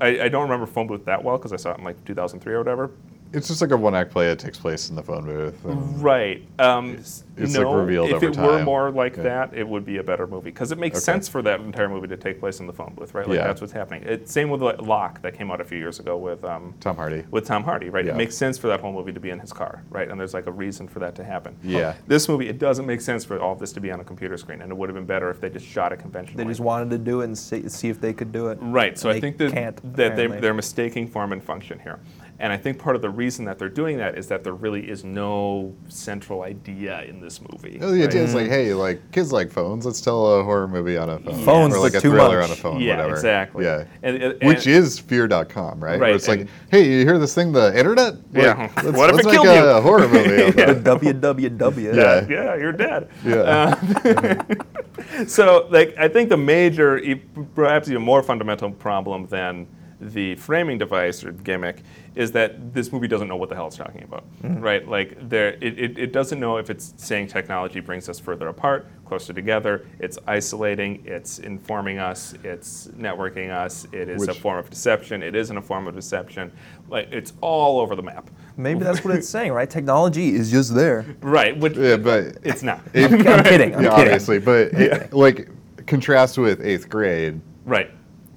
Speaker 2: I, I don't remember Phone Booth that well because I saw it in like 2003 or whatever.
Speaker 1: it's just like a one act play that takes place in the phone booth.
Speaker 3: Mm.
Speaker 1: and-
Speaker 2: Right. Um,
Speaker 1: It's- it's, like,
Speaker 2: no,
Speaker 1: revealed
Speaker 2: if
Speaker 1: over
Speaker 2: it were
Speaker 1: time.
Speaker 2: more like
Speaker 1: Yeah.
Speaker 2: that, it would be a better movie because it makes
Speaker 1: Okay.
Speaker 2: sense for that entire movie to take place in the phone booth, right? Like
Speaker 1: Yeah.
Speaker 2: that's what's happening. It, same with like, Locke that came out a few years ago with um,
Speaker 1: Tom Hardy.
Speaker 2: with Tom Hardy, right?
Speaker 1: Yeah.
Speaker 2: It makes sense for that whole movie to be in his car, right? And there's like a reason for that to happen.
Speaker 1: Yeah.
Speaker 2: This movie, it doesn't make sense for all of this to be on a computer screen, and it would have been better if they just shot it
Speaker 3: They
Speaker 2: conventionally.
Speaker 3: just wanted to do it and see, see if they could do it.
Speaker 2: Right. So I
Speaker 3: They
Speaker 2: think that,
Speaker 3: can't,
Speaker 2: that they,
Speaker 3: apparently.
Speaker 2: they're mistaking form and function here. And I think part of the reason that they're doing that is that there really is no central idea in this movie.
Speaker 1: No, Oh, the
Speaker 2: right?
Speaker 1: idea is like, hey, like kids like phones. Let's tell a horror movie on a phone,
Speaker 3: Phones
Speaker 1: or like
Speaker 3: are
Speaker 1: a
Speaker 3: too
Speaker 1: thriller
Speaker 3: much.
Speaker 1: on a phone,
Speaker 2: yeah,
Speaker 1: oh, whatever.
Speaker 2: exactly.
Speaker 1: Yeah,
Speaker 2: And, and-
Speaker 1: which
Speaker 2: and-
Speaker 1: is fear.com, right? Where
Speaker 2: Right,
Speaker 1: it's like,
Speaker 2: and-
Speaker 1: hey, you hear this thing, the internet? Like,
Speaker 2: Yeah.
Speaker 1: let's,
Speaker 2: [laughs] What if
Speaker 1: let's
Speaker 2: it
Speaker 1: make
Speaker 2: killed
Speaker 1: a
Speaker 2: you?
Speaker 1: [laughs] horror movie. About
Speaker 2: [laughs] Yeah.
Speaker 1: it.
Speaker 3: WWW.
Speaker 1: Yeah.
Speaker 2: yeah, you're dead. Uh,
Speaker 1: Yeah.
Speaker 2: [laughs] so like I think the major, e- perhaps even more fundamental problem than the framing device or gimmick is that this movie doesn't know what the hell it's talking about,
Speaker 1: Mm-hmm.
Speaker 2: right? Like there, it, it, it doesn't know if it's saying technology brings us further apart, closer together. It's isolating. It's informing us. It's networking us. It is a
Speaker 1: Which-
Speaker 2: form of deception. It isn't a form of deception. Like it's all over the map,
Speaker 3: Maybe that's what it's saying, right? Technology is just there.
Speaker 2: [laughs] right? Which
Speaker 1: yeah, but
Speaker 2: it's not. [laughs]
Speaker 1: It-
Speaker 3: I'm, I'm kidding. I'm
Speaker 1: yeah,
Speaker 3: kidding.
Speaker 1: obviously, but it, like contrast with eighth grade,
Speaker 2: Right.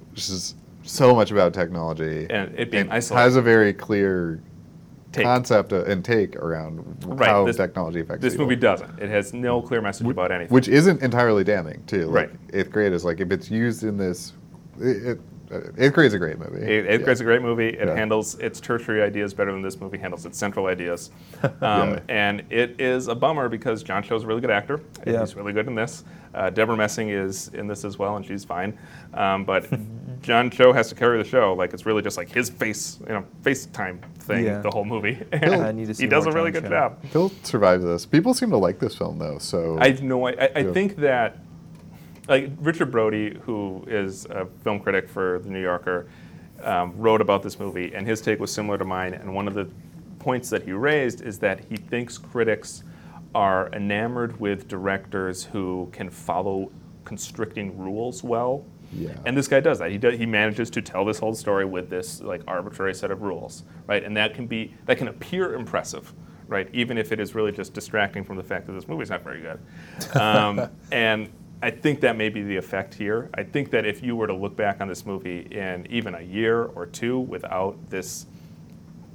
Speaker 1: which is so much about technology,
Speaker 2: And it being isolated.
Speaker 1: has a very clear
Speaker 2: Take.
Speaker 1: concept uh, and take around
Speaker 2: Right,
Speaker 1: how
Speaker 2: this-
Speaker 1: technology affects
Speaker 2: This
Speaker 1: people.
Speaker 2: movie doesn't. It has no clear message about anything.
Speaker 1: which isn't entirely damning too. Like,
Speaker 2: Right.
Speaker 1: Eighth grade is like if it's used in this, it, it, uh, eighth grade's a great movie.
Speaker 2: Eighth Eighth
Speaker 1: Yeah.
Speaker 2: Grade's a great movie. It
Speaker 1: Yeah.
Speaker 2: handles its tertiary ideas better than this movie handles its central
Speaker 3: [laughs]
Speaker 2: ideas. Um,
Speaker 1: Yeah.
Speaker 2: And it is a bummer because John Cho's a really good actor. and
Speaker 3: Yeah.
Speaker 2: He's really good in this. Uh, Deborah Messing is in this as well, and she's fine. Um,
Speaker 3: [laughs]
Speaker 2: but John Cho has to carry the show. Like it's really just like his face, you know, FaceTime thing
Speaker 3: Yeah.
Speaker 2: the whole movie. [laughs]
Speaker 3: I
Speaker 2: And
Speaker 3: need to see
Speaker 2: he does
Speaker 3: more
Speaker 2: a really
Speaker 3: John
Speaker 2: good
Speaker 3: Cho.
Speaker 2: job.
Speaker 1: He'll survive this. People seem to like this film though, so
Speaker 2: I know. I, I
Speaker 1: Yeah.
Speaker 2: think that like Richard Brody, who is a film critic for The New Yorker, um, wrote about this movie, and his take was similar to mine. And one of the points that he raised is that he thinks critics are enamored with directors who can follow constricting rules well.
Speaker 1: Yeah.
Speaker 2: And this guy does that. He does, he manages to tell this whole story with this like arbitrary set of rules, right? And that can be that can appear impressive, right? Even if it is really just distracting from the fact that this movie's not very good. Um, and I think that may be the effect here. I think that if you were to look back on this movie in even a year or two without this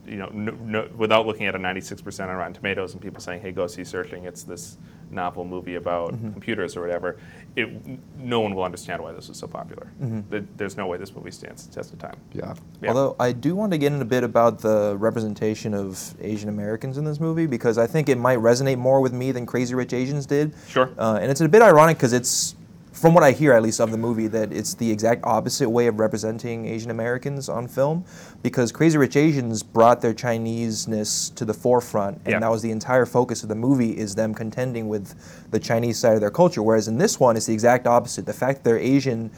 Speaker 2: you know, no, no, without looking at a 96% on Rotten Tomatoes and people saying, "Hey, go see Searching," it's this novel movie about computers or whatever. It, no one will understand why this was so popular. Th- There's no way this movie stands the test of time.
Speaker 1: yeah.
Speaker 2: Yeah.
Speaker 3: Although I do want to get in a bit about the representation of Asian Americans in this movie because I think it might resonate more with me than Crazy Rich Asians did.
Speaker 2: Sure.
Speaker 3: Uh, and it's a bit ironic because it's, from what I hear at least of the movie, that it's the exact opposite way of representing Asian Americans on film because Crazy Rich Asians brought their Chineseness to the forefront, and
Speaker 2: Yeah.
Speaker 3: that was the entire focus of the movie is them contending with the Chinese side of their culture. Whereas in this one, it's the exact opposite. The fact they're Asian.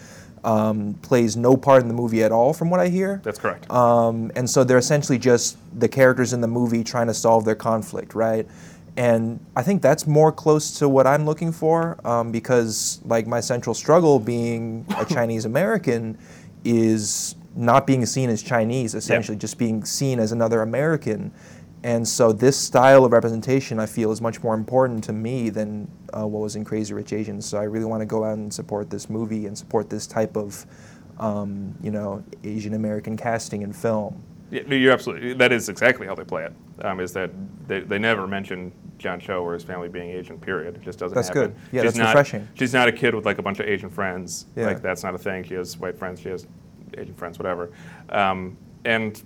Speaker 3: Um, plays no part in the movie at all, from what I hear.
Speaker 2: That's correct.
Speaker 3: Um, and so they're essentially just the characters in the movie trying to solve their conflict, right? And I think that's more close to what I'm looking for um, because, like, my central struggle being a Chinese American is not being seen as Chinese, essentially, just being seen as another American. And so this style of representation, I feel, is much more important to me than uh, what was in Crazy Rich Asians. So I really want to go out and support this movie and support this type of, um, you know, Asian American casting in film.
Speaker 2: Yeah, no, you're absolutely. That is exactly how they play it. Um, is that they, they never mention John Cho or his family being Asian. Period. It just doesn't.
Speaker 3: That's
Speaker 2: happen.
Speaker 3: good. Yeah,
Speaker 2: she's
Speaker 3: that's
Speaker 2: not,
Speaker 3: refreshing.
Speaker 2: She's not a kid with like a bunch of Asian friends.
Speaker 3: Yeah.
Speaker 2: Like that's not a thing. She has white friends. She has Asian friends. Whatever. Um, and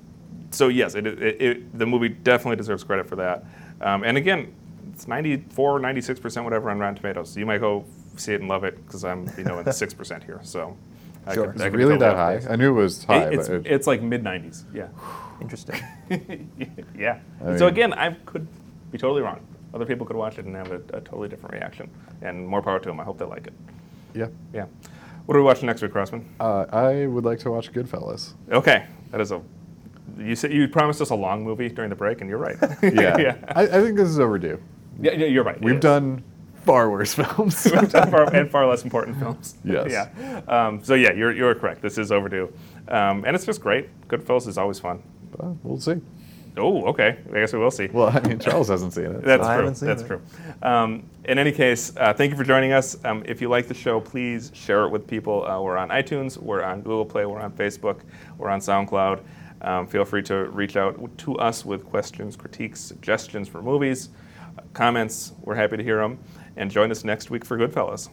Speaker 2: so yes, it, it, it the movie definitely deserves credit for that. Um, and again, it's 94, 96 percent whatever on Rotten Tomatoes. So you might go see it and love it because I'm you know
Speaker 3: [laughs]
Speaker 2: in the six percent here. So. I
Speaker 3: Sure.
Speaker 2: could-
Speaker 3: Is
Speaker 2: I
Speaker 1: Is it
Speaker 2: could
Speaker 1: really
Speaker 2: fill
Speaker 1: that
Speaker 2: up
Speaker 1: high?
Speaker 2: days.
Speaker 1: I knew it was high,
Speaker 2: It- it's,
Speaker 1: but it,
Speaker 2: it's like mid 90s. Yeah.
Speaker 3: Interesting.
Speaker 2: [laughs] yeah.
Speaker 1: I
Speaker 2: so
Speaker 1: mean-
Speaker 2: again, I could be totally wrong. Other people could watch it and have a, a totally different reaction. And more power to them. I hope they like it.
Speaker 1: yeah.
Speaker 2: Yeah. What are we watching next week, Crossman?
Speaker 1: Uh, I would like to watch Goodfellas.
Speaker 2: Okay, that is a. You said you promised us a long movie during the break, and you're right.
Speaker 1: [laughs] Yeah,
Speaker 2: [laughs] [laughs] yeah.
Speaker 1: I, I think this is overdue.
Speaker 2: Yeah, yeah, You're right. it
Speaker 1: We've
Speaker 2: is.
Speaker 1: done far worse [laughs] films.
Speaker 2: [laughs] We've done far, and far less important films.
Speaker 1: [laughs] Yes.
Speaker 2: Yeah. Um, so yeah, you're you're correct. This is overdue, um, and it's just great. Goodfellas is always fun.
Speaker 1: But [laughs] we'll see.
Speaker 2: Oh, okay. I guess we will see.
Speaker 1: Well, I mean, Charles hasn't seen it.
Speaker 2: That's
Speaker 3: I
Speaker 2: true.
Speaker 3: haven't seen
Speaker 2: That's
Speaker 3: it.
Speaker 2: true. Um, in any case, uh, thank you for joining us. Um, if you like the show, please share it with people. Uh, we're on iTunes, we're on Google Play, we're on Facebook, we're on SoundCloud. Um, feel free to reach out to us with questions, critiques, suggestions for movies, uh, comments. We're happy to hear them. And join us next week for Goodfellas.